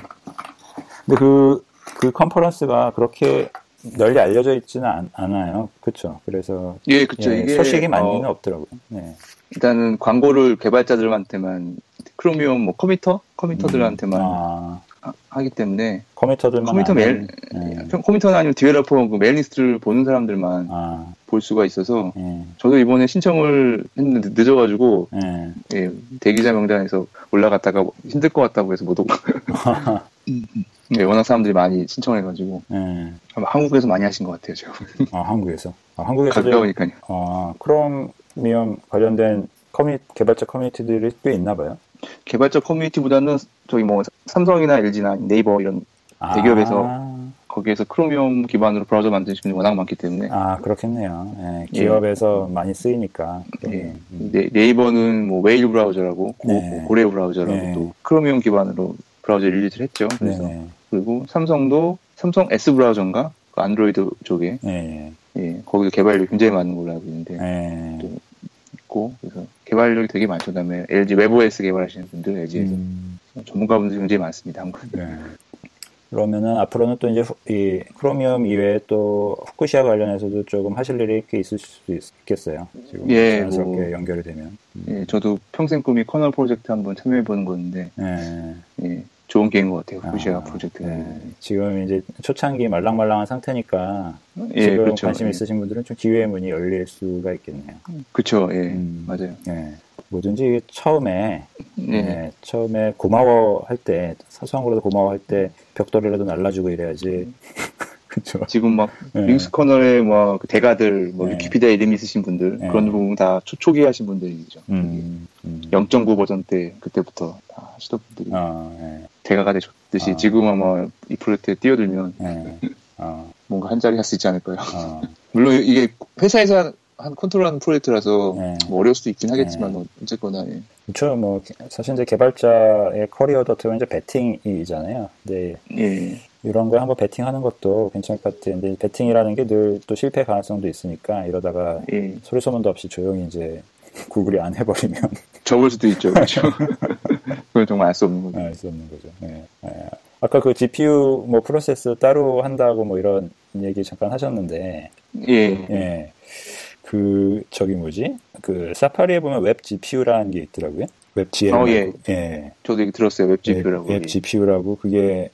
근데 그, 그 컨퍼런스가 그렇게 널리 알려져 있지는 않, 않아요. 그쵸. 그래서,
예, 그쵸.
예,
이게
소식이 많이는
어,
없더라고요. 네.
일단은 광고를 개발자들한테만 크로미움 뭐 컴퓨터 컴퓨터들한테만
아,
하- 하기 때문에
커뮤터들만.
커뮤터
아는-
메일-
예.
컴퓨터나 아니면 디벨로퍼 그 메일리스트를 보는 사람들만
아,
볼 수가 있어서
예.
저도 이번에 신청을 했는데 늦어가지고
예.
예, 대기자 명단에서 올라갔다가 힘들 것 같다고 해서 못 오고 예, 워낙 사람들이 많이 신청해가지고
예.
아마 한국에서 많이 하신 것 같아요 제가
아, 한국에서. 아, 한국에서.
가까우니까요
아, 크롬미엄 관련된 커뮤, 개발자 커뮤니티들이 꽤 있나 봐요.
개발자 커뮤니티보다는 저기 뭐 삼성이나 LG나 네이버 이런
아,
대기업에서. 거기에서 크로미움 기반으로 브라우저 만드시는 분이 워낙 많기 때문에
아, 그렇겠네요. 예,
예.
기업에서 많이 쓰이니까.
예.
그러면, 음.
네, 네이버는 뭐 웨일 브라우저라고 고,
네.
고래 브라우저라고
네.
또 크로미움 기반으로 브라우저 릴리즈를 했죠 그래서
네네.
그리고 삼성도 삼성 S 브라우저인가 그 안드로이드 쪽에
예,
예, 거기도 개발력이 굉장히 많은 걸로 알고 있는데
예. 예.
또 있고 그래서 개발력이 되게 많죠. 그다음에 LG 웹OS 개발하시는 분들 LG에서
음,
전문가분들이 굉장히 많습니다. 한국은.
네. 그러면은 앞으로는 또 이제 후- 이 크로미움 이외에 또 후쿠시아 관련해서도 조금 하실 일이 꽤 있을 수도 있겠어요. 지금
예,
자연스럽게
뭐.
연결이 되면.
예, 저도 평생 꿈이 커널 프로젝트 한번 참여해보는 건데
예.
예, 좋은 기회인 것 같아요.
아,
후시아 프로젝트.
예.
음.
지금 이제 초창기 말랑말랑한 상태니까
예,
지금
그렇죠.
관심
예.
있으신 분들은 좀 기회의 문이 열릴 수가 있겠네요.
그렇죠. 예,
음.
맞아요.
예. 뭐든지 처음에
예,
예, 처음에 고마워할 때 사소한 거라도 고마워할 때 벽돌이라도 날라주고 이래야지. [LAUGHS] 그렇죠.
지금 막
예.
음. 링스 커널의 뭐 대가들, 뭐
예.
위키피디아 이름 있으신 분들
예.
그런 부분 다 초, 초기 하신 분들이죠.
음, 음.
0.9 버전 때 그때부터 다 하시던 분들이
아, 예,
대가가 되셨듯이
아.
지금 아마 이 프로젝트에 뛰어들면
예. 아,
뭔가 한 자리 할 수 있지 않을까요? [LAUGHS]
아,
물론 이게 회사에서 한, 한 컨트롤하는 프로젝트라서
예.
뭐 어려울 수도 있긴 하겠지만 어쨌거나 예.
그렇죠. 뭐 사실 이제 개발자의 커리어도 어떻게 보면 이제 베팅이잖아요. 근데
예.
이런 걸 한번 베팅하는 것도 괜찮을 것 같아요. 근데 베팅이라는 게 늘 또 실패 가능성도 있으니까 이러다가
예.
소리 소문도 없이 조용히 이제 [LAUGHS] 구글이 안 해버리면 [LAUGHS]
적을 수도 있죠. 그렇죠. 그건 정말 알 수 없는 거죠.
알 수 없는 거죠. 예. 예. 아까 그 GPU 뭐 프로세스 따로 한다고 뭐 이런 얘기 잠깐 하셨는데
예.
예. 그 저기 뭐지? 그 사파리에 보면 웹 GPU라는 게 있더라고요. 웹 GPU.
어, 예.
예.
저도 얘기 들었어요. 웹 GPU라고. 예.
웹 GPU라고 그게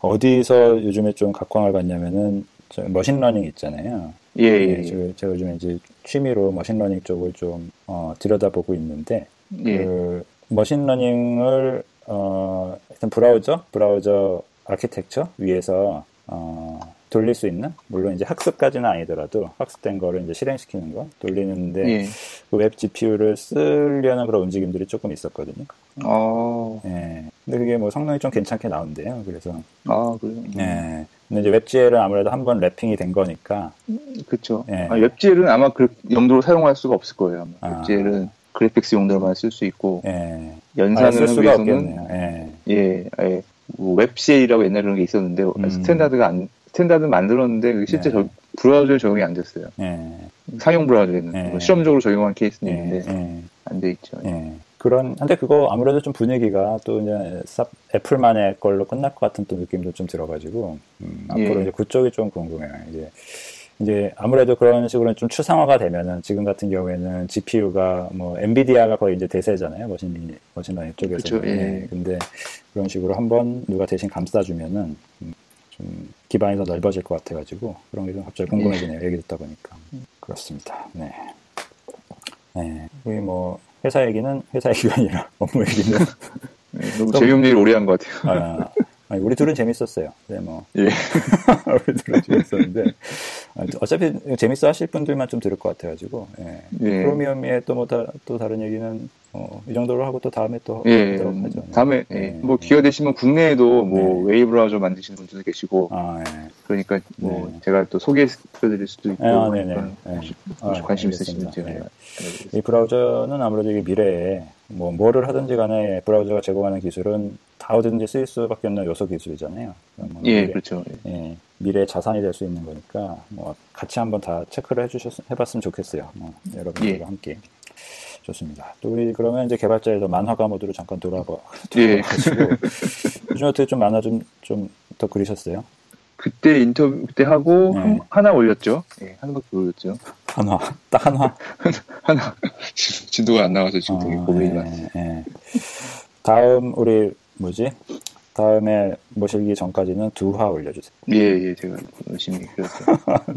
어디서 요즘에 좀 각광을 받냐면은 저 머신러닝 있잖아요.
예,
예,
예.
저- 제가 요즘에 이제 취미로 머신러닝 쪽을 좀 어, 들여다보고 있는데
예.
그 머신러닝을 어, 일단 브라우저 브라우저 아키텍처 위에서 어, 돌릴 수 있는 물론 이제 학습까지는 아니더라도 학습된 거를 이제 실행시키는 거 돌리는데
예.
그 웹 GPU를 쓰려는 그런 움직임들이 조금 있었거든요.
어,
예. 근데 그게 뭐 성능이 좀 괜찮게 나온대요. 그래서
아, 그래요?
예. 근데 이제 웹GL은 아무래도 한 번 랩핑이 된 거니까
그쵸.
예.
아, 웹젤은 아마 그 용도로 사용할 수가 없을 거예요. 아마.
아.
웹젤은 그래픽스 용도로만 쓸 수 있고,
예. 아예 쓸
연산을 하기
수가
위해서는,
없겠네요. 예.
예, 예. 뭐 웹CL이라고 옛날에 그런 게 있었는데,
음.
스탠다드가 안, 스탠다드 만들었는데, 그게 실제
예.
적- 브라우저에 적용이 안 됐어요.
예.
상용 브라우저에는.
예.
뭐 실험적으로 적용한 케이스는
예.
있는데,
예.
안 돼 있죠. 예.
예. 그런 근데 그거 아무래도 좀 분위기가 또 이제 쌉- 애플만의 걸로 끝날 것 같은 또 느낌도 좀 들어가지고 음, 앞으로
예.
이제 그쪽이 좀 궁금해요. 이제 이제 아무래도 그런 식으로 좀 추상화가 되면은 지금 같은 경우에는 GPU가 뭐 엔비디아가 거의 이제 대세잖아요 머신 머신러닝 쪽에서.
그쵸, 예.
네, 근데 그런 식으로 한번 누가 대신 감싸주면은 음, 좀 기반이 더 넓어질 것 같아가지고 그런 게 좀 갑자기 궁금해지네요. 얘기 듣다 보니까
예.
그렇습니다. 네. 네. 우리 뭐 회사 얘기는 회사 얘기가 아니라 업무 얘기는
예, 너무 재미없는 일 오래 한 것
[LAUGHS]
같아요.
아, 아니, 우리 둘은 재밌었어요. 네, 뭐
예.
[LAUGHS] 우리 둘은 재밌었는데 아, 어차피 재밌어 하실 분들만 좀 들을 것 같아가지고 예.
예.
프로미엄의 또뭐또 다른 얘기는 어, 이 정도로 하고 또 다음에 또
예,
하도록 하죠. 네.
다음에
네.
예, 뭐 기회 되시면 국내에도 뭐 웨이 브라우저 만드시는 분들도 계시고
아, 예.
그러니까 뭐
네.
제가 또 소개해드릴 수도 있고
아, 네네.
그러니까
네.
혹시,
아,
혹시 관심
알겠습니다.
있으시면 제가
네.
알려드리겠습니다.
이 브라우저는 아무래도 이게 미래에 뭐 뭐를 하든지 간에 브라우저가 제공하는 기술은 다 어디든지 쓰일 수밖에 없는 요소 기술이잖아요. 그러니까 뭐
예
미래-
그렇죠 예.
예, 미래의 자산이 될 수 있는 거니까 뭐 같이 한번 다 체크를 해주셨 해봤으면 좋겠어요. 뭐, 여러분들과
예.
함께 좋습니다. 또 우리 그러면 이제 개발자에서 만화가 모드로 잠깐 돌아가
예.
돌아가지고 [LAUGHS] 요즘 어떻게 좀 만화 좀 좀 더 그리셨어요?
그때 인터뷰 그때 하고
네.
한- 하나 올렸죠 예, 한 바퀴 올렸죠
한화 딱
[LAUGHS]
한화.
하나 진도가 안 나와서 지금 되게
어,
고민이
예,
많아요
예. 다음 우리 뭐지? 다음에 모시기 전까지는 두화 올려주세요.
예예 제가 열심히
[LAUGHS]
그렸어요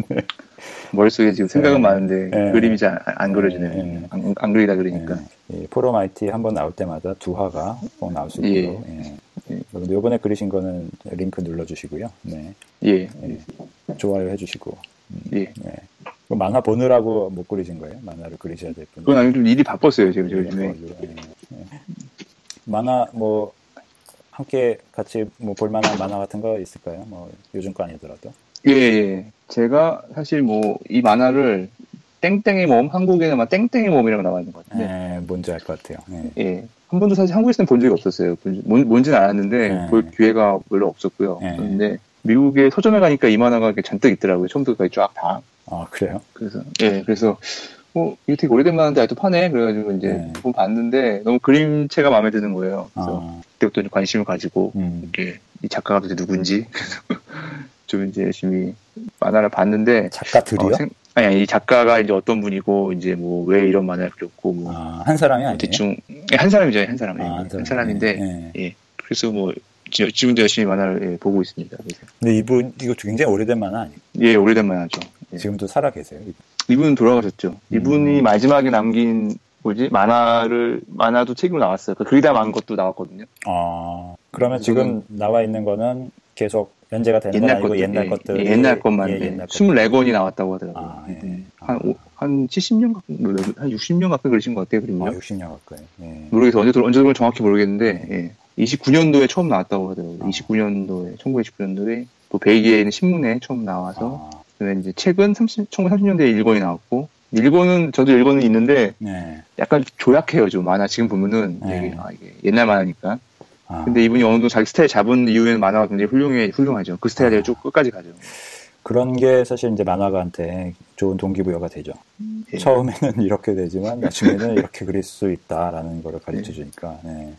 네.
머릿속에 지금 생각은
예.
많은데
예.
그림이 잘 안 그려지네요
예.
안, 안 그리다 그러니까
예, 이 포럼 IT 한 번 나올 때마다 두 화가 꼭 나올 수 있도록. 예.
예.
여러분 요번에 그리신 거는 링크 눌러주시고요. 네.
예
예. 좋아요 해주시고.
예.
네. 그럼 만화 보느라고 못 그리신 거예요? 만화를 그리셔야 될 분.
그건 아니고 좀 일이 바빴어요 지금
예,
요즘에
예, 예. 만화 뭐 함께 같이 뭐 볼만한 만화 같은 거 있을까요? 뭐 요즘 거 아니더라도.
예, 예. 제가 사실 뭐 이 만화를 땡땡의 몸 한국에는 막 땡땡의 몸이라고 나와 있는 것 같은데
예, 뭔지 알 것 같아요. 예.
예. 한 번도 사실 한국에서는 본 적이 없었어요. 본- 뭔, 뭔지는 알았는데
네.
볼 기회가 별로 없었고요.
네.
그런데 미국에 서점에 가니까 이 만화가 이렇게 잔뜩 있더라고요. 처음부터까지 쫙 다.
아 그래요?
그래서 예, 그래서 어, 이거 되게 오래된 만한데 아직도 파네? 그래가지고 이제
네.
본 봤는데 너무 그림체가 마음에 드는 거예요. 그래서
아,
그때부터 좀 관심을 가지고
음.
이게 이 작가가 도대체 누군지 [LAUGHS] 좀 이제 열심히 만화를 봤는데
작가들이요?
어, 생- 아니, 아니 이 작가가 이제 어떤 분이고 이제 뭐 왜 이런 만화를 그렸고 뭐
아, 한 사람이 아니에요?
대충 예, 한 사람이죠 한 사람
아,
한 사람인데
예.
그래서 뭐 지- 지금도 열심히 만화를 예, 보고 있습니다. 그래서.
근데 이분 이거 굉장히 오래된 만화 아니에요?
예 오래된 만화죠. 예.
지금도 살아 계세요?
이분 돌아가셨죠.
음.
이분이 마지막에 남긴 뭐지 만화를 만화도 책으로 나왔어요. 그 그리다 만 것도 나왔거든요.
아 그러면 지금 나와 있는 거는 계속 연재가 되는 건 아니고
옛날 것들
옛날
예,
것들
예, 옛날 것만
예,
예,
옛날 것
24권이 나왔다고 하더라고요.
아, 예.
예. 한, 오- 한 70년 가까이 한 60년 가까이 그리신 것 같아요. 그림요.
아, 60년 가까이 예.
모르겠어요. 언제 들어 언제 들어 정확히 모르겠는데 예. 29년도에 처음 나왔다고 하더라고요.
아.
29년도에 1929년도에 또 벨기에 있는 신문에 처음 나와서
아,
그다음에 이제 책은 30, 1930년대에 일권이 나왔고 일권은 저도 일권은 있는데
네.
약간 조약해요 좀 만화 지금 보면은
네.
되게, 아, 이게 옛날 만화니까
아,
근데 이분이 어느 정도 자기 스타일 잡은 이후에는 만화가 굉장히 훌륭해 훌륭하죠 그 스타일을 쭉 끝까지 가죠
그런 게 사실 이제 만화가한테 좋은 동기부여가 되죠.
예.
처음에는 [LAUGHS] 이렇게 되지만 나중에는 이렇게 그릴 수 있다라는 거를
예.
가르쳐 주니까. 네.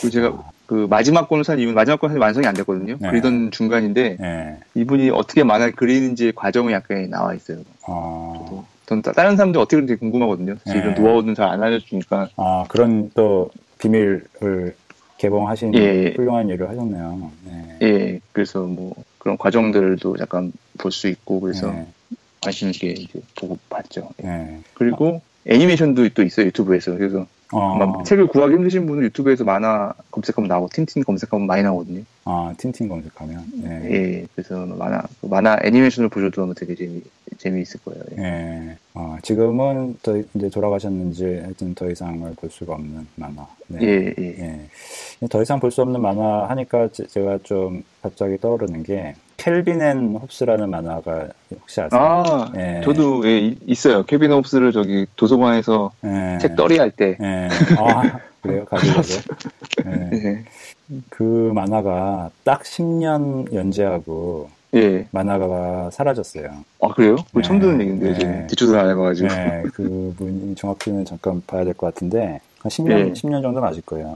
그리고 제가 그 마지막 권을 산 이유는 마지막 권은 사실 완성이 안 됐거든요
네.
그리던 중간인데
예.
이분이 어떻게 만화를 그리는지 과정이 약간 나와 있어요
아,
뭐, 전 따- 다른 사람들 어떻게 그런지 궁금하거든요. 사실
네.
이런 노하우는 잘 안 알려주니까.
아, 그런 또 비밀을 개봉하신
예.
훌륭한 일을 하셨네요. 네.
예, 그래서 뭐 그런 과정들도 잠깐 볼 수 있고 그래서
네.
관심 있게 이제 보고 봤죠. 예.
네.
그리고 애니메이션도 또 있어요 유튜브에서. 그래서 아마
어,
책을 구하기 힘드신 분은 유튜브에서 만화 검색하면 나오고 틴틴 검색하면 많이 나오거든요.
아, 틴틴 검색하면. 네.
예, 그래서 만화 그 만화 애니메이션을 보셔도 아마 되게 재미 재미있을 거예요. 예.
예. 어, 지금은 더 이제 돌아가셨는지 하여튼 더 이상을 볼 수가 없는 만화. 네.
예, 예.
예. 더 이상 볼 수 없는 만화 하니까 제- 제가 좀 갑자기 떠오르는 게 켈빈 앤 홉스라는 만화가 혹시 아세요?
아,
예.
저도 예, 이- 있어요. 케빈 홉스를 저기 도서관에서
예.
책 떨이 할 때.
예. 아, 그래요? 가지고. 예.
예.
그 만화가 딱 10년 연재하고
예.
만화가가 사라졌어요.
아 그래요? 그거 처음
네.
듣는 얘기인데
네.
지금 뒷조사 안 해봐가지고 [LAUGHS]
네, 그 분이 정확히는 잠깐 봐야 될 것 같은데 한 10년,
네.
10년 정도 맞을 거예요.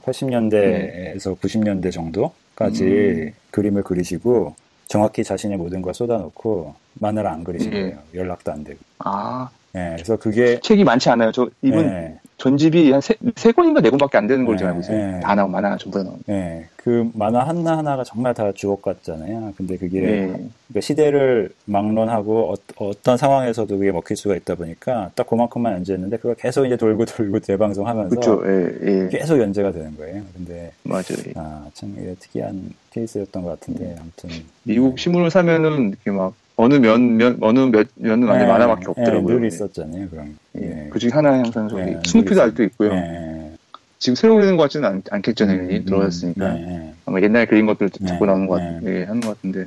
80년대에서 90년대 정도까지
음.
그림을 그리시고 정확히 자신의 모든 걸 쏟아놓고 만화를 안 그리신
네.
거예요. 연락도 안 되고.
아
네, 그래서 그게
책이 많지 않아요 저 이분
네,
전집이 한 세, 세 권인가 네 권밖에 안 되는 걸 제가 알고 있어요
네.
다 나온 만화 전부 다 나온
네, 그 만화 하나 하나가 정말 다 주옥 같잖아요. 근데 그게
예.
그러니까 시대를 막론하고 어, 떤 상황에서도 그게 먹힐 수가 있다 보니까 딱 그만큼만 연재했는데 그걸 계속 이제 돌고 돌고 재방송하면서
그렇죠 예, 예.
계속 연재가 되는 거예요. 근데
맞아요 예.
아, 참 이게 특이한 케이스였던 것
네.
같은데 아무튼
미국 신문을 사면은 이렇게 막 어느 면, 면 어느 몇 면은 완전
예,
만화밖에 없더라고요 네.
예, 늘 있었잖아요. 그런 게. 예.
그중에 하나 항상 저기
예,
스누피도
늘
아직도 있고요
예.
지금 새로 그리는 것 같지는 않, 않겠죠 당연히
음,
들어갔으니까
예, 예.
아마 옛날 그린 것들
네.
자꾸 나오는 것
네.
같, 예, 하는 것 같은데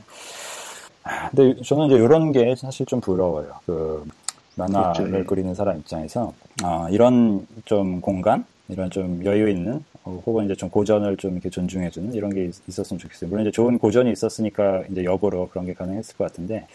아, 근데 저는 이제 이런 게 사실 좀 부러워요. 그 만화를
그렇죠, 예.
그리는 사람 입장에서 아, 이런 좀 공간, 이런 좀 여유 있는 어, 혹은 이제 좀 고전을 좀 이렇게 존중해주는 이런 게 있- 있었으면 좋겠어요. 물론 이제 좋은 고전이 있었으니까 이제 역으로 그런 게 가능했을 것 같은데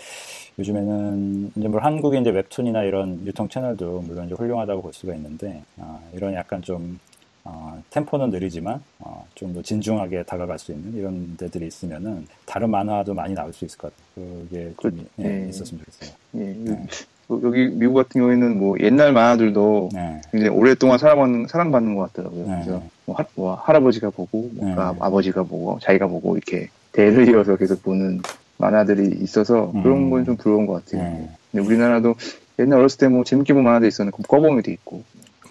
요즘에는 이제 물 한국의 이제 웹툰이나 이런 유통 채널도 물론 이제 훌륭하다고 볼 수가 있는데 아, 이런 약간 좀 어, 템포는 느리지만 어, 좀 더 진중하게 다가갈 수 있는 이런 데들이 있으면은 다른 만화도 많이 나올 수 있을 것 같아요. 그게 좀
그-
예,
예.
있었으면 좋겠어요.
예.
네.
또 여기 미국 같은 경우에는 뭐 옛날 만화들도
네.
굉장히 오랫동안 사랑받는, 사랑받는 것 같더라고요.
네.
그래서 뭐 하, 뭐 할아버지가 보고, 뭐
네.
아- 아버지가 보고, 자기가 보고 이렇게 대를 이어서 계속 보는 만화들이 있어서
음.
그런 건 좀 부러운 것 같아요.
네.
근데 우리나라도 옛날 어렸을 때 뭐 재밌게 본 만화도 있었는데 꺼봉이도 있고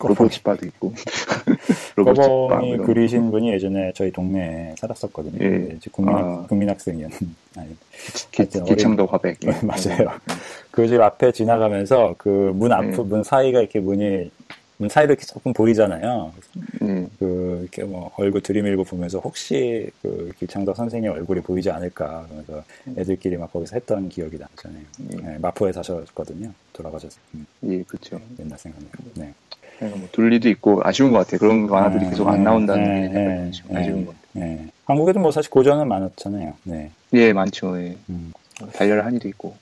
로봇 집바도 있고 [LAUGHS] 로봇 집바
꺼봉이
이런
그리신 분이 예전에 저희 동네에 살았었거든요.
예.
근데 이제 국민,
아.
국민학생이었는데. [LAUGHS] 아니, 예.
기,
하여튼
기창도 화백 예.
어린- 네, [LAUGHS] 맞아요. 그 집 앞에 지나가면서 그 문 앞,
네.
문 사이가 이렇게 문이, 문 사이로 이렇게 조금 보이잖아요.
예.
그, 이렇게 뭐, 얼굴 들이밀고 보면서 혹시 그 길창덕 선생님 얼굴이 보이지 않을까. 그러면서 애들끼리 막 거기서 했던 기억이 나잖아요.
예.
예, 마포에 사셨거든요. 돌아가셨어요. 음,
예, 그렇죠.
옛날 생각나요. 네.
그러니까 뭐 둘리도 있고 아쉬운 것 같아요. 그런 만화들이
네.
계속 안 나온다는
네.
게 약간
네.
아쉬운- 아쉬운 것 같아요.
예. 한국에도 뭐 사실 고전은 많았잖아요. 네.
예, 많죠. 예.
음, [LAUGHS]
달려라 한이도 있고.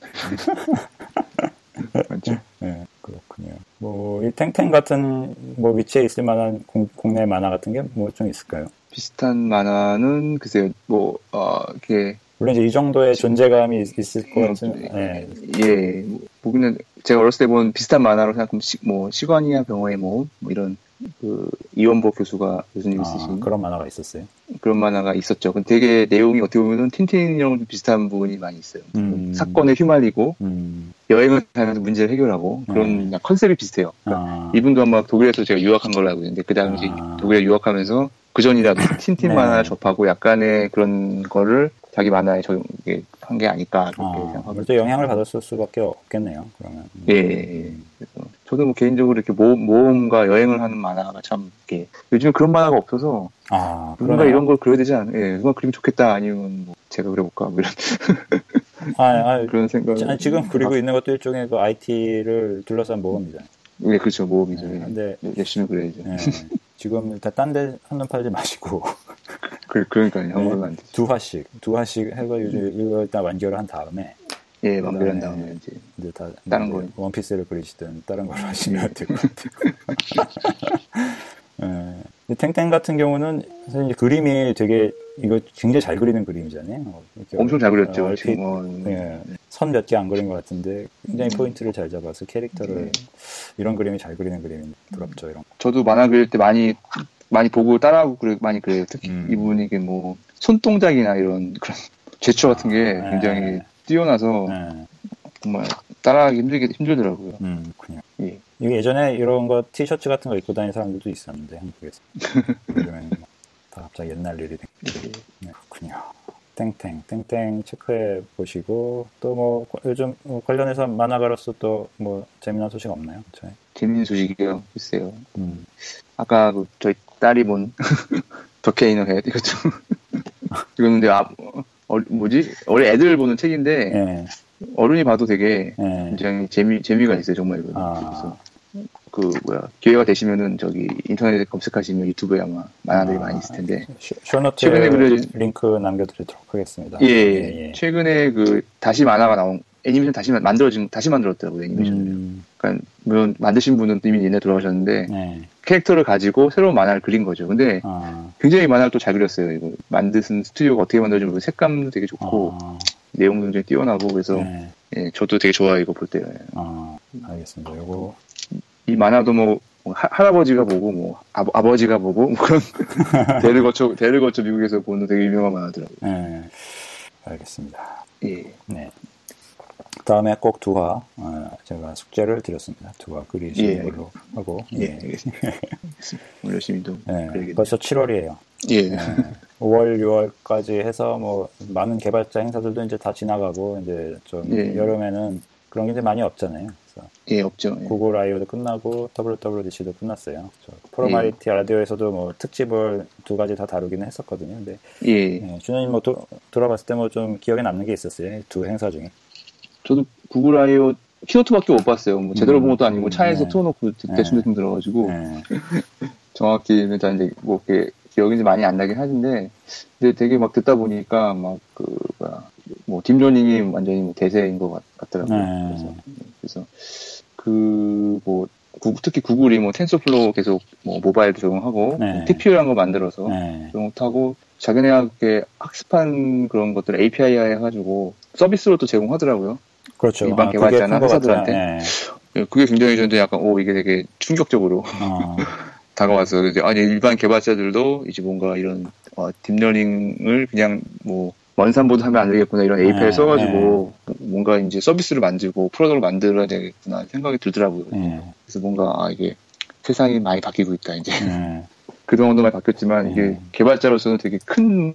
맞죠.
예, 그렇군요. 뭐 뭐, 이 탱탱 같은, 뭐, 위치에 있을 만한 공- 국내 만화 같은 게 뭐 좀 있을까요?
비슷한 만화는 글쎄요, 뭐, 어, 이게,
물론 이제 이 정도의 존재감이 있- 있을 것 같은,
음,
예.
예, 뭐, 보기는 제가 어렸을 때 본 비슷한 만화로 생각하면, 시, 뭐, 시간이나 병어의 모험, 뭐 이런, 그, 이원복 교수가, 교수님이
아,
쓰신
그런 만화가 있었어요.
그런 만화가 있었죠. 근데 되게 내용이 어떻게 보면은 틴틴이랑 좀 비슷한 부분이 많이 있어요.
음.
사건에 휘말리고
음,
여행을 다니면서 문제를 해결하고
네.
그런 컨셉이 비슷해요. 그러니까
아,
이분도 아마 독일에서 제가 유학한 걸로 알고 있는데 그 당시
아.
독일에 유학하면서
[LAUGHS]
그 전이라도 틴틴
네.
만화 접하고 약간의 그런 거를 자기 만화에 적용한 게 아닐까 그렇게
아,
생각하고
아무래도 영향을 받았을 수밖에 없겠네요, 그러면.
예, 예, 예. 그래서 저도 뭐 개인적으로 이렇게 모, 모험과 여행을 하는 만화가 참 이렇게 요즘 그런 만화가 없어서
아,
누군가
그러네요.
이런 걸 그려야 되지 않아요? 예, 누가 그리면 좋겠다 아니면 뭐 제가 그려볼까 뭐 이런 [LAUGHS]
아, 아,
음, 그런 음, 아, 생각.
자, 지금 그리고 있는 것도 일종의 그 IT를 둘러싼 모험이잖아요.
예, 그렇죠. 모험이죠.
네,
예.
근데
열심히 그려야죠.
예, 지금 일단 딴데 한눈 팔지 마시고 [LAUGHS]
그, 그러니까요. 한
네.
번도 안 되죠.
두 화씩 두 화씩 해가
음.
요즘 이거 일단 완결을 한 다음에
예, 마무리를 한
네.
다음에 이제.
이제 다
다른
이제
걸.
원피스를 그리시든 다른 걸로 하시면 될 것 같아요. [LAUGHS] 예. 근데 탱탱 같은 경우는 사실 이제 그림이 되게 이거 굉장히 잘 그리는 그림이잖아요. 이렇게
엄청 잘 그렸죠.
어,
지금
얼핏
뭐.
예, 선 몇 개 안 그린 것 같은데 굉장히 포인트를 잘 잡아서 캐릭터를
네.
이런 그림이 잘 그리는 그림인데 부럽죠 이런.
저도 만화 그릴 때 많이, 많이 보고 따라하고 그려, 많이 그려요. 특히
음.
이분이 이게 뭐, 손동작이나 이런 그런 제초 같은 게
네.
굉장히 뛰어나서
거. 예.
정말 따라하기 힘들게, 힘들더라고요.
음, 그냥.
예.
이게 예전에 이런 거 티셔츠 같은 거 입고 다니는 사람들도 있었는데
[LAUGHS]
한국에서 요즘에는 뭐다 갑자기 옛날 일이 된
예.
네, 그렇군요. 땡땡 땡땡 체크해 보시고 또 뭐 요즘 뭐 관련해서 만화가로서 또 뭐 재미난 소식 없나요? 저희?
재밌는 소식이요. 글쎄요.
음.
아까 그 저희 딸이 본 [LAUGHS] 더케이너 헤 이거 좀 [LAUGHS] 이건 근데 아, 어, 뭐지 어린 애들 보는 책인데
예,
어른이 봐도 되게
예.
굉장히 재미 재미가 있어요 정말 이거
아.
그래서 그 뭐야 기회가 되시면은 저기 인터넷에 검색하시면 유튜브에 아마 만화들이
아.
많이 있을 텐데
쇼- 쇼노트
최근에 그려진-
링크 남겨드리도록 하겠습니다.
예, 최근에 그 다시 만화가 나온 애니메이션 다시 만- 만들어진 다시 만들었더라고요 애니메이션
음,
그러니까 물론 만드신 분은 이미 옛날에 돌아가셨는데
네.
캐릭터를 가지고 새로운 만화를 그린 거죠 근데
아,
굉장히 만화를 또 잘 그렸어요. 이거 만드신 스튜디오가 어떻게 만들어진지 모르고 색감도 되게 좋고
아,
내용도 굉장히 뛰어나고 그래서
네.
예, 저도 되게 좋아요 이거 볼 때.
아, 알겠습니다. 요거
이 만화도 뭐뭐 하- 할아버지가 보고 뭐 아, 버지가 보고
[LAUGHS]
뭐 그런 대를 거쳐 대를 거쳐 미국에서 보는 되게 유명한 만화더라고요.
예. 알겠습니다.
예.
네. 다음에 꼭 두화 아, 제가 숙제를 드렸습니다. 두화 그리시는
예.
걸로 하고
예.
예.
알겠습니다. 오늘 열심히 또
예.
그래야겠네요.
벌써 7월이에요.
예.
5월, 6월까지 해서 뭐 많은 개발자 행사들도 이제 다 지나가고 이제 좀
예.
여름에는 그런 게 이제 많이 없잖아요. 그래서
예, 없죠. 예.
구글 아이오도 끝나고 WWDC도 끝났어요. 저
예.
프로마이티 라디오에서도 뭐 특집을 두 가지 다 다루기는 했었거든요. 근데
예.
예, 준호님 뭐 도- 돌아봤을 때 뭐 좀 기억에 남는 게 있었어요. 두 행사 중에.
저도 구글 아이오 키노트밖에 못 봤어요. 뭐 제대로 본 것도 아니고
음.
차에서
네.
틀어놓고 대충대충 들어가지고
예.
정확히는 잘 이제 뭐 이렇게 기억이 많이 안 나긴 하는데 근데 되게 막 듣다 보니까 막그 뭐야 뭐팀 조닝이 완전히 뭐 대세인 것 같, 더라고요
네.
그래서 그래서 그뭐 특히 구글이 뭐 텐서플로우 계속 뭐 모바일도 적용하고 뭐
네.
TPU라는 거 만들어서
네.
적용하고 자기네한테 학습한 그런 것들을 API 해가지고 서비스로 또 제공하더라고요.
그렇죠.
일반
아,
개발자나
그게 큰것
회사들한테?
같아요. 예.
예, 그게 굉장히 저한테 약간 오 이게 되게 충격적으로
어,
다가와서 이제 아니 일반 개발자들도 이제 뭔가 이런 어, 딥러닝을 그냥 뭐 원산보도 하면 안 되겠구나 이런 API
네,
를 써가지고 뭐, 뭔가 이제 서비스를 만들고 프로덕트를 만들어야 되겠구나 생각이 들더라고요.
예,
그래서 뭔가 아, 이게 세상이 많이 바뀌고 있다 이제 [LAUGHS]
예,
그동안도 많이 바뀌었지만 이게
네.
개발자로서는 되게 큰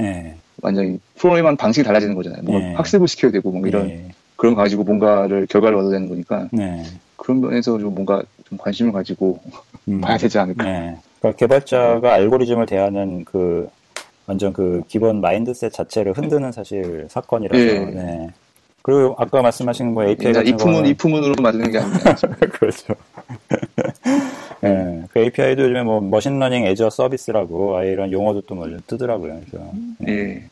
예,
완전히 프로그램한 방식이 달라지는 거잖아요. 뭔가
네.
학습을 시켜야 되고 뭔가 이런
예,
그런 거 가지고 뭔가를 결과를 얻어야 되는 거니까
네.
그런 면에서 좀 뭔가 좀 관심을 가지고
음,
봐야 되지 않을까.
예. 그러니까 개발자가 알고리즘을 대하는 그 완전 그 기본 마인드셋 자체를 흔드는 사실 사건이라서.
예.
네. 그리고 아까 말씀하신 뭐 API
그러니까
같은
이 품은
거는
이 품은으로 만드는 게 아니라
[LAUGHS]
[LAUGHS]
그렇죠. 예, 그 API도 요즘에 뭐 머신러닝 애저 서비스라고 아예 이런 용어도 또 먼저 뜨더라고요. 그래서 예.
예.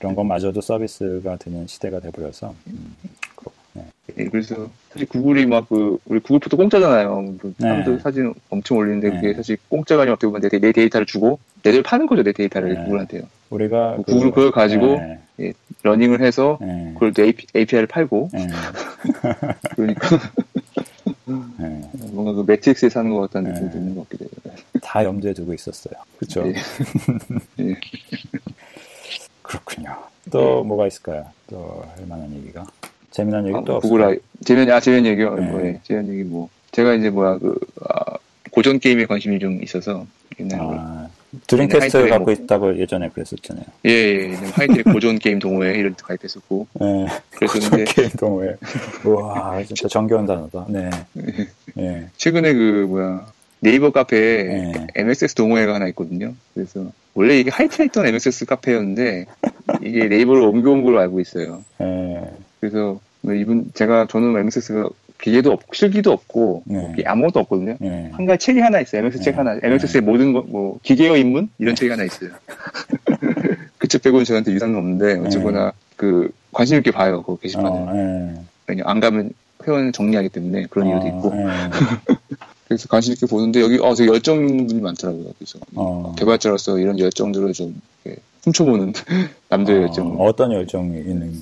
이런 것마저도 서비스가 되는 시대가 돼버려서 음, 그렇고, 네.
예, 그래서 사실 구글이 막 그 우리 구글 포토 공짜잖아요. 그
네.
사람들 사진 엄청 올리는데
네.
그게 사실 공짜가 아니라 어떻게 보면 내, 내 데이터를 주고 얘들 파는 거죠 내 데이터를
네.
구글한테요.
우리가 그-
구글 그걸 가지고
예,
러닝을 해서
예,
그걸 또 AP, API를 팔고
예,
그러니까
예.
[LAUGHS] 뭔가 그 매트릭스에 사는 것 같다는
네.
느낌이 드는 것 같기도 해요.
다 염두에 두고 있었어요. 그렇죠. [LAUGHS]
예. 예.
그렇군요. 또 뭐가 있을까요? 또 할 만한 얘기가 재미난 얘기
네. 아,
또
구글
없어요.
아이 재면 아 재면 얘기요.
네.
뭐, 예, 재면 얘기 뭐 제가 이제 뭐야 그 아, 고전 게임에 관심이 좀 있어서 옛날에
아, 드림캐스트
네. 하이트웨이
갖고
뭐.
있다고 예전에 그랬었잖아요.
예, 예, 예. 화이트의 고전 게임 동호회 이런 데 가입했었고
예. [LAUGHS]
그랬었는데
게임 동호회. 우와, 진짜 정겨운 단어다. 네. 예.
최근에 그 뭐야 네이버 카페에
예.
MSS 동호회가 하나 있거든요. 그래서 원래 이게 하이트에 있던 MSS 카페였는데 이게 네이버를 옮겨온 걸로 알고 있어요.
예.
그래서 뭐 이분 제가 저는 MSS가 기계도 없고 실기도 없고
네.
뭐 아무것도 없거든요.
예.
한 가지 책이 하나 있어요. MSS 책
네.
하나. MSS의 모든 거, 뭐, 기계어 입문? 이런 책이 하나 있어요. [LAUGHS] 그 책 빼고는 저한테 유산은 없는데, 어쨌거나, 그, 관심 있게 봐요. 그 게시판을.
네. 어, 예.
왜냐, 안 가면 회원을 정리하기 때문에 그런 이유도
어,
있고. [LAUGHS]
예.
그래서 관심 있게 보는데, 여기, 어, 되게 열정 있는 분이 많더라고요. 그래서,
어.
개발자로서 이런 열정들을 좀, 이렇게 훔쳐보는 [LAUGHS] 남들의 열정.
어, 어떤 열정이 있는?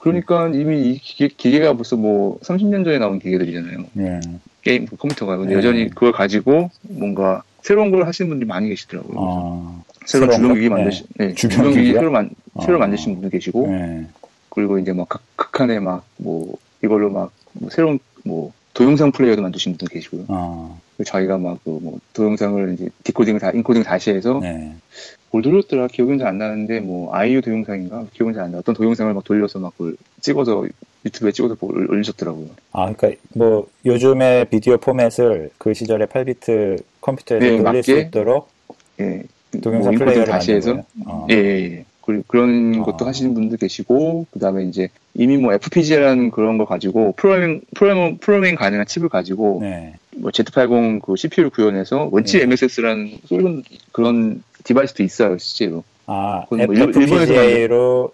그러니까 이미 이 기계, 기계가 벌써 뭐, 30년 전에 나온 기계들이잖아요. 뭐
예.
게임, 그 컴퓨터가. 근데
네.
여전히 그걸 가지고 뭔가, 새로운 걸 하시는 분들이 많이 계시더라고요. 그래서
어.
새로
새로운
주변기기
거?
만드신, 네.
주변
주변기기
기기요?
새로 만,
어.
새로 만드신 분도 계시고,
예.
그리고 이제 막 극- 극한에 막, 뭐, 이걸로 막, 뭐 새로운, 뭐, 동영상 플레이어도 만드신 분도 계시고요.
어.
그리고 저희가 막, 그 뭐, 동영상을 이제 디코딩을 다, 인코딩 다시 해서,
네.
뭘 돌렸더라? 기억은 잘 안 나는데, 뭐, 아이유 동영상인가? 기억은 잘 안 나. 어떤 동영상을 막 돌려서 막 그걸 찍어서, 유튜브에 찍어서 뭐 올- 올리셨더라고요.
아, 그러니까 뭐 요즘의 비디오 포맷을 그 시절의 8비트 컴퓨터에
네,
돌릴 수
맞게.
있도록
예.
동영상
뭐
플레이어를
다시
만든
해서,
거예요? 어.
예, 예, 예. 그- 그런
아.
것도 하시는 분도 계시고, 그 다음에 이제 이미 뭐 FPGA라는 그런 거 가지고 프로그래밍, 프로그래밍, 프로그래밍 가능한 칩을 가지고
네.
뭐 Z80 그 CPU를 구현해서 원치
네.
MSS라는 그런, 그런 디바이스도 있어요, 실제로.
아,
그건 뭐 일- 일본에서
FPGA로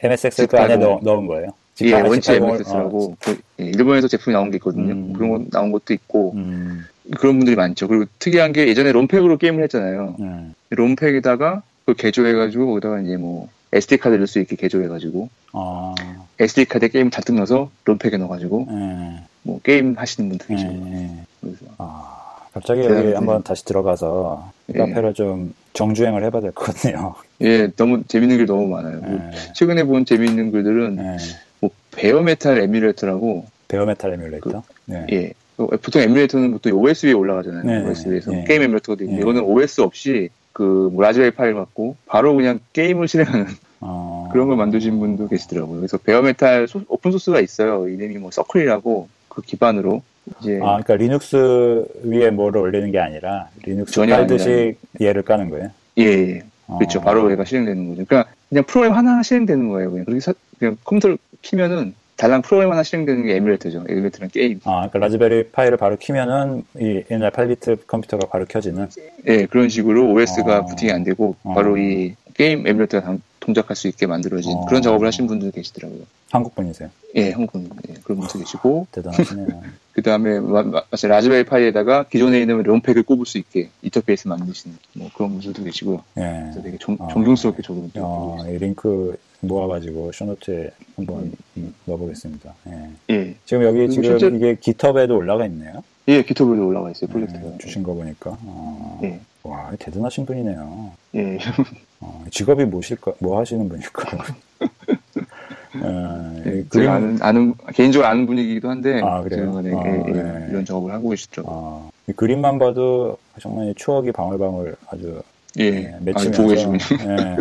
MSX 그 안에
직팔공.
넣, 넣은 거예요?
예,
직팔공,
원치
직팔공을-
MSS라고. 그, 예,
어,
일본에서 제품이 나온 게 있거든요.
음.
그런 거 나온 것도 있고,
음,
그런 분들이 많죠. 그리고 특이한 게 예전에 롬팩으로 게임을 했잖아요.
음.
롬팩에다가 그 개조해가지고, 거기다가 이제 뭐, SD카드 넣을 수 있게 개조해가지고,
아,
SD카드에 게임 잔뜩 넣어서 롬팩에 넣어가지고,
음,
뭐 게임 하시는 분들 계시고
음.
그래서
아, 갑자기 여기
대단하네.
한번 다시 들어가서
예.
카페를 좀 정주행을 해봐야 될 것 같네요.
예 너무 재밌는 글 너무 많아요 그
예,
최근에 본 재밌는 글들은
예.
뭐 베어메탈 에뮬레이터라고
베어메탈 에뮬레이터? 네.
예 어, 보통 에뮬레이터는 보통 OS 위에 올라가잖아요
네,
OS 위에서
네.
게임 에뮬레이터가 되는데
네.
이거는 OS 없이 그뭐 라즈베리 파일 갖고 바로 그냥 게임을 실행하는
어,
그런 걸 만드신 분도 계시더라고요 그래서 베어메탈 소- 오픈 소스가 있어요 이름이 뭐 서클이라고 그 기반으로 이제
아, 그러니까 리눅스 위에 뭐를 올리는 게 아니라 리눅스
전혀
깔듯이 얘를 까는 거예요.
예, 예. 그렇죠.
어.
바로 얘가 실행되는 거죠. 그러니까 그냥 프로그램 하나 실행되는 거예요. 그냥 그렇게 사- 그냥 컴퓨터를 키면은 달랑 프로그램 하나 실행되는 게 에뮬레이터죠. 에뮬레이터는 게임.
아, 그러니까 라즈베리 파이를 바로 키면은 이 옛날 8비트 컴퓨터가 바로 켜지는.
예, 그런 식으로 OS가
어.
부팅이 안 되고
어.
바로 이 게임 에뮬레이터가 당- 동작할 수 있게 만들어진
어.
그런 작업을 하신 분들 계시더라고요.
한국 분이세요.
예, 한국분 예, 그런 분도 계시고 [LAUGHS]
대단하시네요.
그 다음에 마치 라즈베리 파이에다가 기존에 있는 롬팩을 꼽을 수 있게 인터페이스 만드시는 뭐 그런 분들도 계시고요.
예.
그래서 되게 존,
어.
존경스럽게 저도
어, 이 링크 모아가지고 쇼노트에 한번 음, 넣어보겠습니다. 예.
예,
지금 여기
그리고
지금
실제-
이게 깃허브에도 올라가 있네요.
예, 기토브에도 올라와 있어요 프로젝트가.
예, 주신 거 보니까. 어,
예,
와, 대단하신 분이네요.
예.
어, 직업이 뭐실까, 뭐 하시는
[LAUGHS]
분일까요? 어, 이
예,
그림-
제가 아는, 아는- 개인적으로 아는 분이기도 한데
아, 그래요?
지금
아,
예, 예,
네.
이런 작업을 하고 계시죠.
아, 이 그림만 봐도 정말 이 추억이 방울방울 아주
예,
예,
아,
맺히면서
보고 계시군요.
예.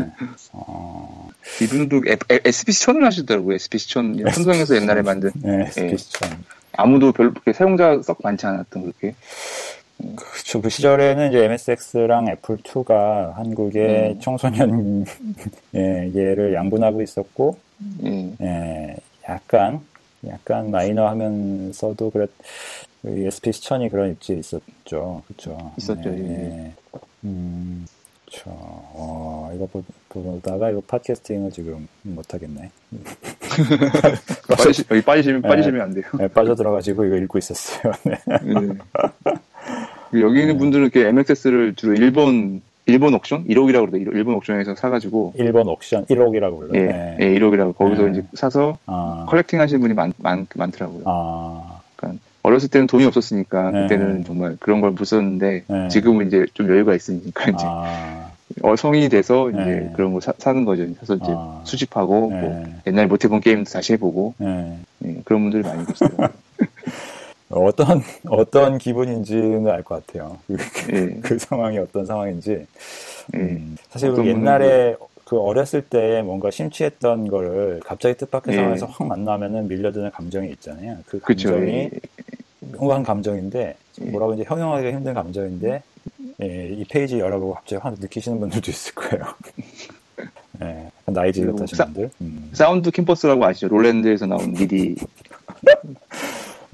어,
이분도 에- 에- SPC 천을 하시더라고요. SPC 천 삼성에서 옛날에 만든 예.
네, 스피스참.
아무도 별로 그렇게 사용자 썩 많지 않았던 그렇게.
그쵸, 그 시절에는 이제 MSX랑 애플2가 한국의
음.
청소년 [LAUGHS] 예, 얘를 양분하고 있었고,
예,
예, 약간, 약간 마이너 하면서도 그랬, SP 시천이 그런 입지에 있었죠. 그쵸.
있었죠,
예,
예.
예. 음, 그쵸. 와, 이거 보, 보다가 이거 팟캐스팅을 지금 못하겠네.
빠지시, 여기 빠지시면,
아, 네.
빠지시면 안 돼요. [LAUGHS]
네, 빠져들어가지고 이거 읽고 있었어요. [LAUGHS] 네.
네. 여기 있는 분들은 이렇게 MXS를 주로 일본, 일본 옥션? 1억이라고 그러죠. 일본 옥션에서 사가지고,
1번 옥션 1억이라고 불러요.
예,
네.
예, 1억이라고. 거기서
네.
이제 사서
아,
컬렉팅 하시는 분이 많, 많, 많더라고요.
아,
어렸을 때는 돈이 없었으니까,
네.
그때는 정말 그런 걸 못 썼는데,
네.
지금은 이제 좀 여유가 있으니까, 이제
아,
어, 성인이 돼서 이제
네.
그런 거 사, 사는 거죠. 사서 이제
아.
수집하고, 뭐
네.
옛날 못 해본 게임도 다시 해보고,
네.
예, 그런 분들이 많이 계시더라고요
[LAUGHS] 어떤 [LAUGHS] 어떤 기분인지는 알 것 같아요. 그,
예,
그 상황이 어떤 상황인지.
예.
음, 사실
어떤
우리 옛날에 그 어렸을 때 뭔가 심취했던 거를 갑자기 뜻밖의
예.
상황에서 확 만나면은 밀려드는 감정이 있잖아요. 그
그쵸.
감정이
예.
흉한 감정인데
예.
뭐라고 이제 형용하기가 힘든 감정인데 예, 이 페이지 열어보고 갑자기 확 느끼시는 분들도 있을 거예요. [LAUGHS] 예, 나이 지긋하신
사-
분들. 음,
사운드 캠퍼스라고 아시죠? 롤랜드에서 나온 미디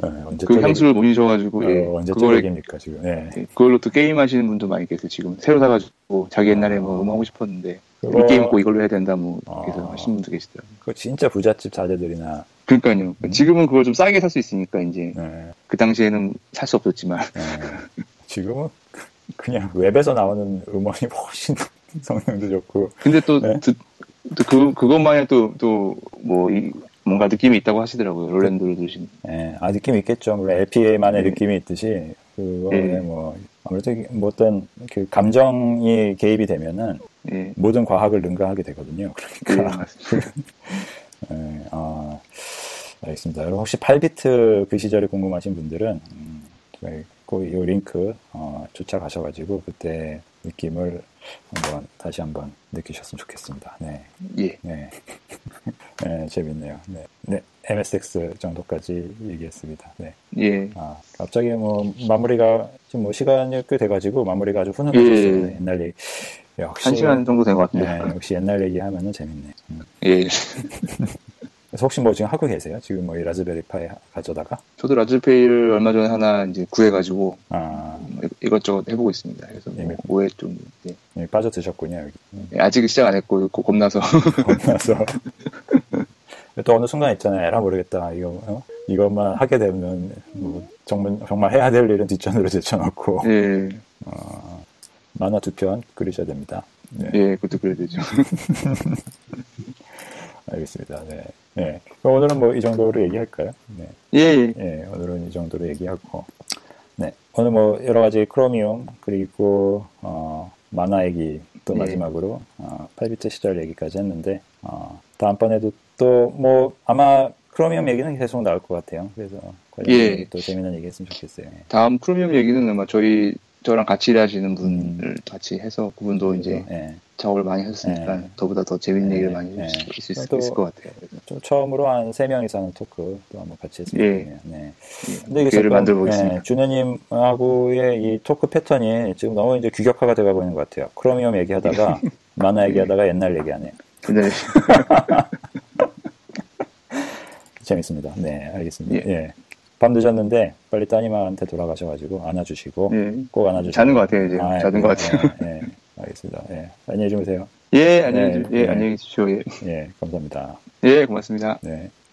예, 언제
그
또
향수를 못 잊어가지고
얘기-
예,
어, 언제 또
그걸
얘기입니까 지금? 예.
예, 그걸로 또 게임 하시는 분도 많이 계세요. 지금 새로 사가지고 자기 옛날에 뭐 음악 하고 싶었는데
그거-
이 게임 꼭 이걸로 해야 된다 뭐 그래서
아.
하시는 분도 계시더라고요.
그 진짜 부잣집 자제들이나
그러니까요.
음.
지금은 그걸 좀 싸게 살 수 있으니까 이제
예,
그 당시에는 살 수 없었지만 [LAUGHS]
예. 지금은 [LAUGHS] 그냥 웹에서 나오는 음원이 훨씬 [LAUGHS] 성능도 좋고
근데 또,
네.
드- 또 그, 그것만에 또또뭐 뭔가 느낌이 있다고 하시더라고요. 롤랜드를 들으신
예, 아 느낌 있겠죠. 물론 LPA만의 느낌이 있듯이 그거에
예.
뭐 아무래도 뭐든 그 감정이 개입이 되면은
예.
모든 과학을 능가하게 되거든요.
예,
그러니까
맞습니다.
예, 아, 알겠습니다. 여러분 혹시 8비트 그 시절이 궁금하신 분들은 음, 저희 꼭이 링크 어, 쫓아가셔가지고 그때 느낌을 한번 다시 한번 느끼셨으면 좋겠습니다. 네.
예.
네. [LAUGHS] 네, 재밌네요. 네. 네, MSX 정도까지 얘기했습니다. 네.
예.
아, 갑자기 뭐, 마무리가, 지금 뭐, 시간이 꽤 돼가지고, 마무리가 아주 훈훈해졌어요.
예.
옛날 얘기. 역시.
한 시간 정도 된 것
네,
같은데.
역시 옛날 얘기하면은 재밌네. 음.
예. [LAUGHS]
그래서 혹시 뭐 지금 하고 계세요? 지금 뭐, 이 라즈베리 파이 하- 가져다가?
저도 라즈페이를 얼마 전에 하나 이제 구해가지고
아,
뭐 이- 이것저것 해보고 있습니다. 그래서 뭐
예.
오해 좀 예.
예, 빠져드셨군요. 여기. 음,
예, 아직 시작 안 했고
[LAUGHS]
고- 겁나서
겁나서. 또 어느 순간 있잖아요. 에라 모르겠다. 이거, 어? 이것만 하게 되면, 뭐, 정말, 정말 해야 될 일은 뒷전으로 제쳐놓고.
예,
만화 두 편 그리셔야 됩니다. 네,
예 그것도 그래야 되죠.
알겠습니다. 네. 네. 그럼 오늘은 뭐 이 정도로 얘기할까요? 네.
예, 예.
예, 오늘은 이 정도로 얘기하고. 네. 오늘 뭐 여러 가지 크로미움, 그리고, 어, 만화 얘기 또
예.
마지막으로, 어, 8비트 시절 얘기까지 했는데, 어, 다음번에도 또 뭐, 아마 크로미움 얘기는 계속 나올 것 같아요. 그래서,
예.
또 재미난 얘기 했으면 좋겠어요. 예.
다음 프로미엄 얘기는 아마 저희 저랑 같이 일하시는 분을 같이 해서 그분도 이제
음. 예.
작업을 많이 하셨으니까
예.
더보다 더 재밌는
예,
얘기를 많이
예.
해주실 수 있,
또-
을것 같아요. 그래서
좀 처음으로 한 세 명이서 하는 토크 또 한번 같이 했으면
예.
좋겠네요. 네.
예,
근데 이게 잠깐,
기회를 만들어 보겠습니다.
예, 준호님하고의 이 토크 패턴이 지금 너무 이제 규격화가 돼가고 있는 것 같아요. 크로미엄 얘기하다가
예.
[LAUGHS] 만화 얘기하다가 옛날 얘기하네요.
근데
재밌습니다. 네, 알겠습니다.
예.
예. 밤 늦었는데 빨리 따님한테 돌아가셔가지고 안아주시고
예.
꼭 안아주시고
자는 것 같아요, 이제. 자는 것 같아요.
예, 예. 알겠습니다. 예. 안녕히 주무세요.
예 안녕히
예,
주- 예,
예.
안녕히 계십시오. 예,
예, 감사합니다.
예 고맙습니다.
네.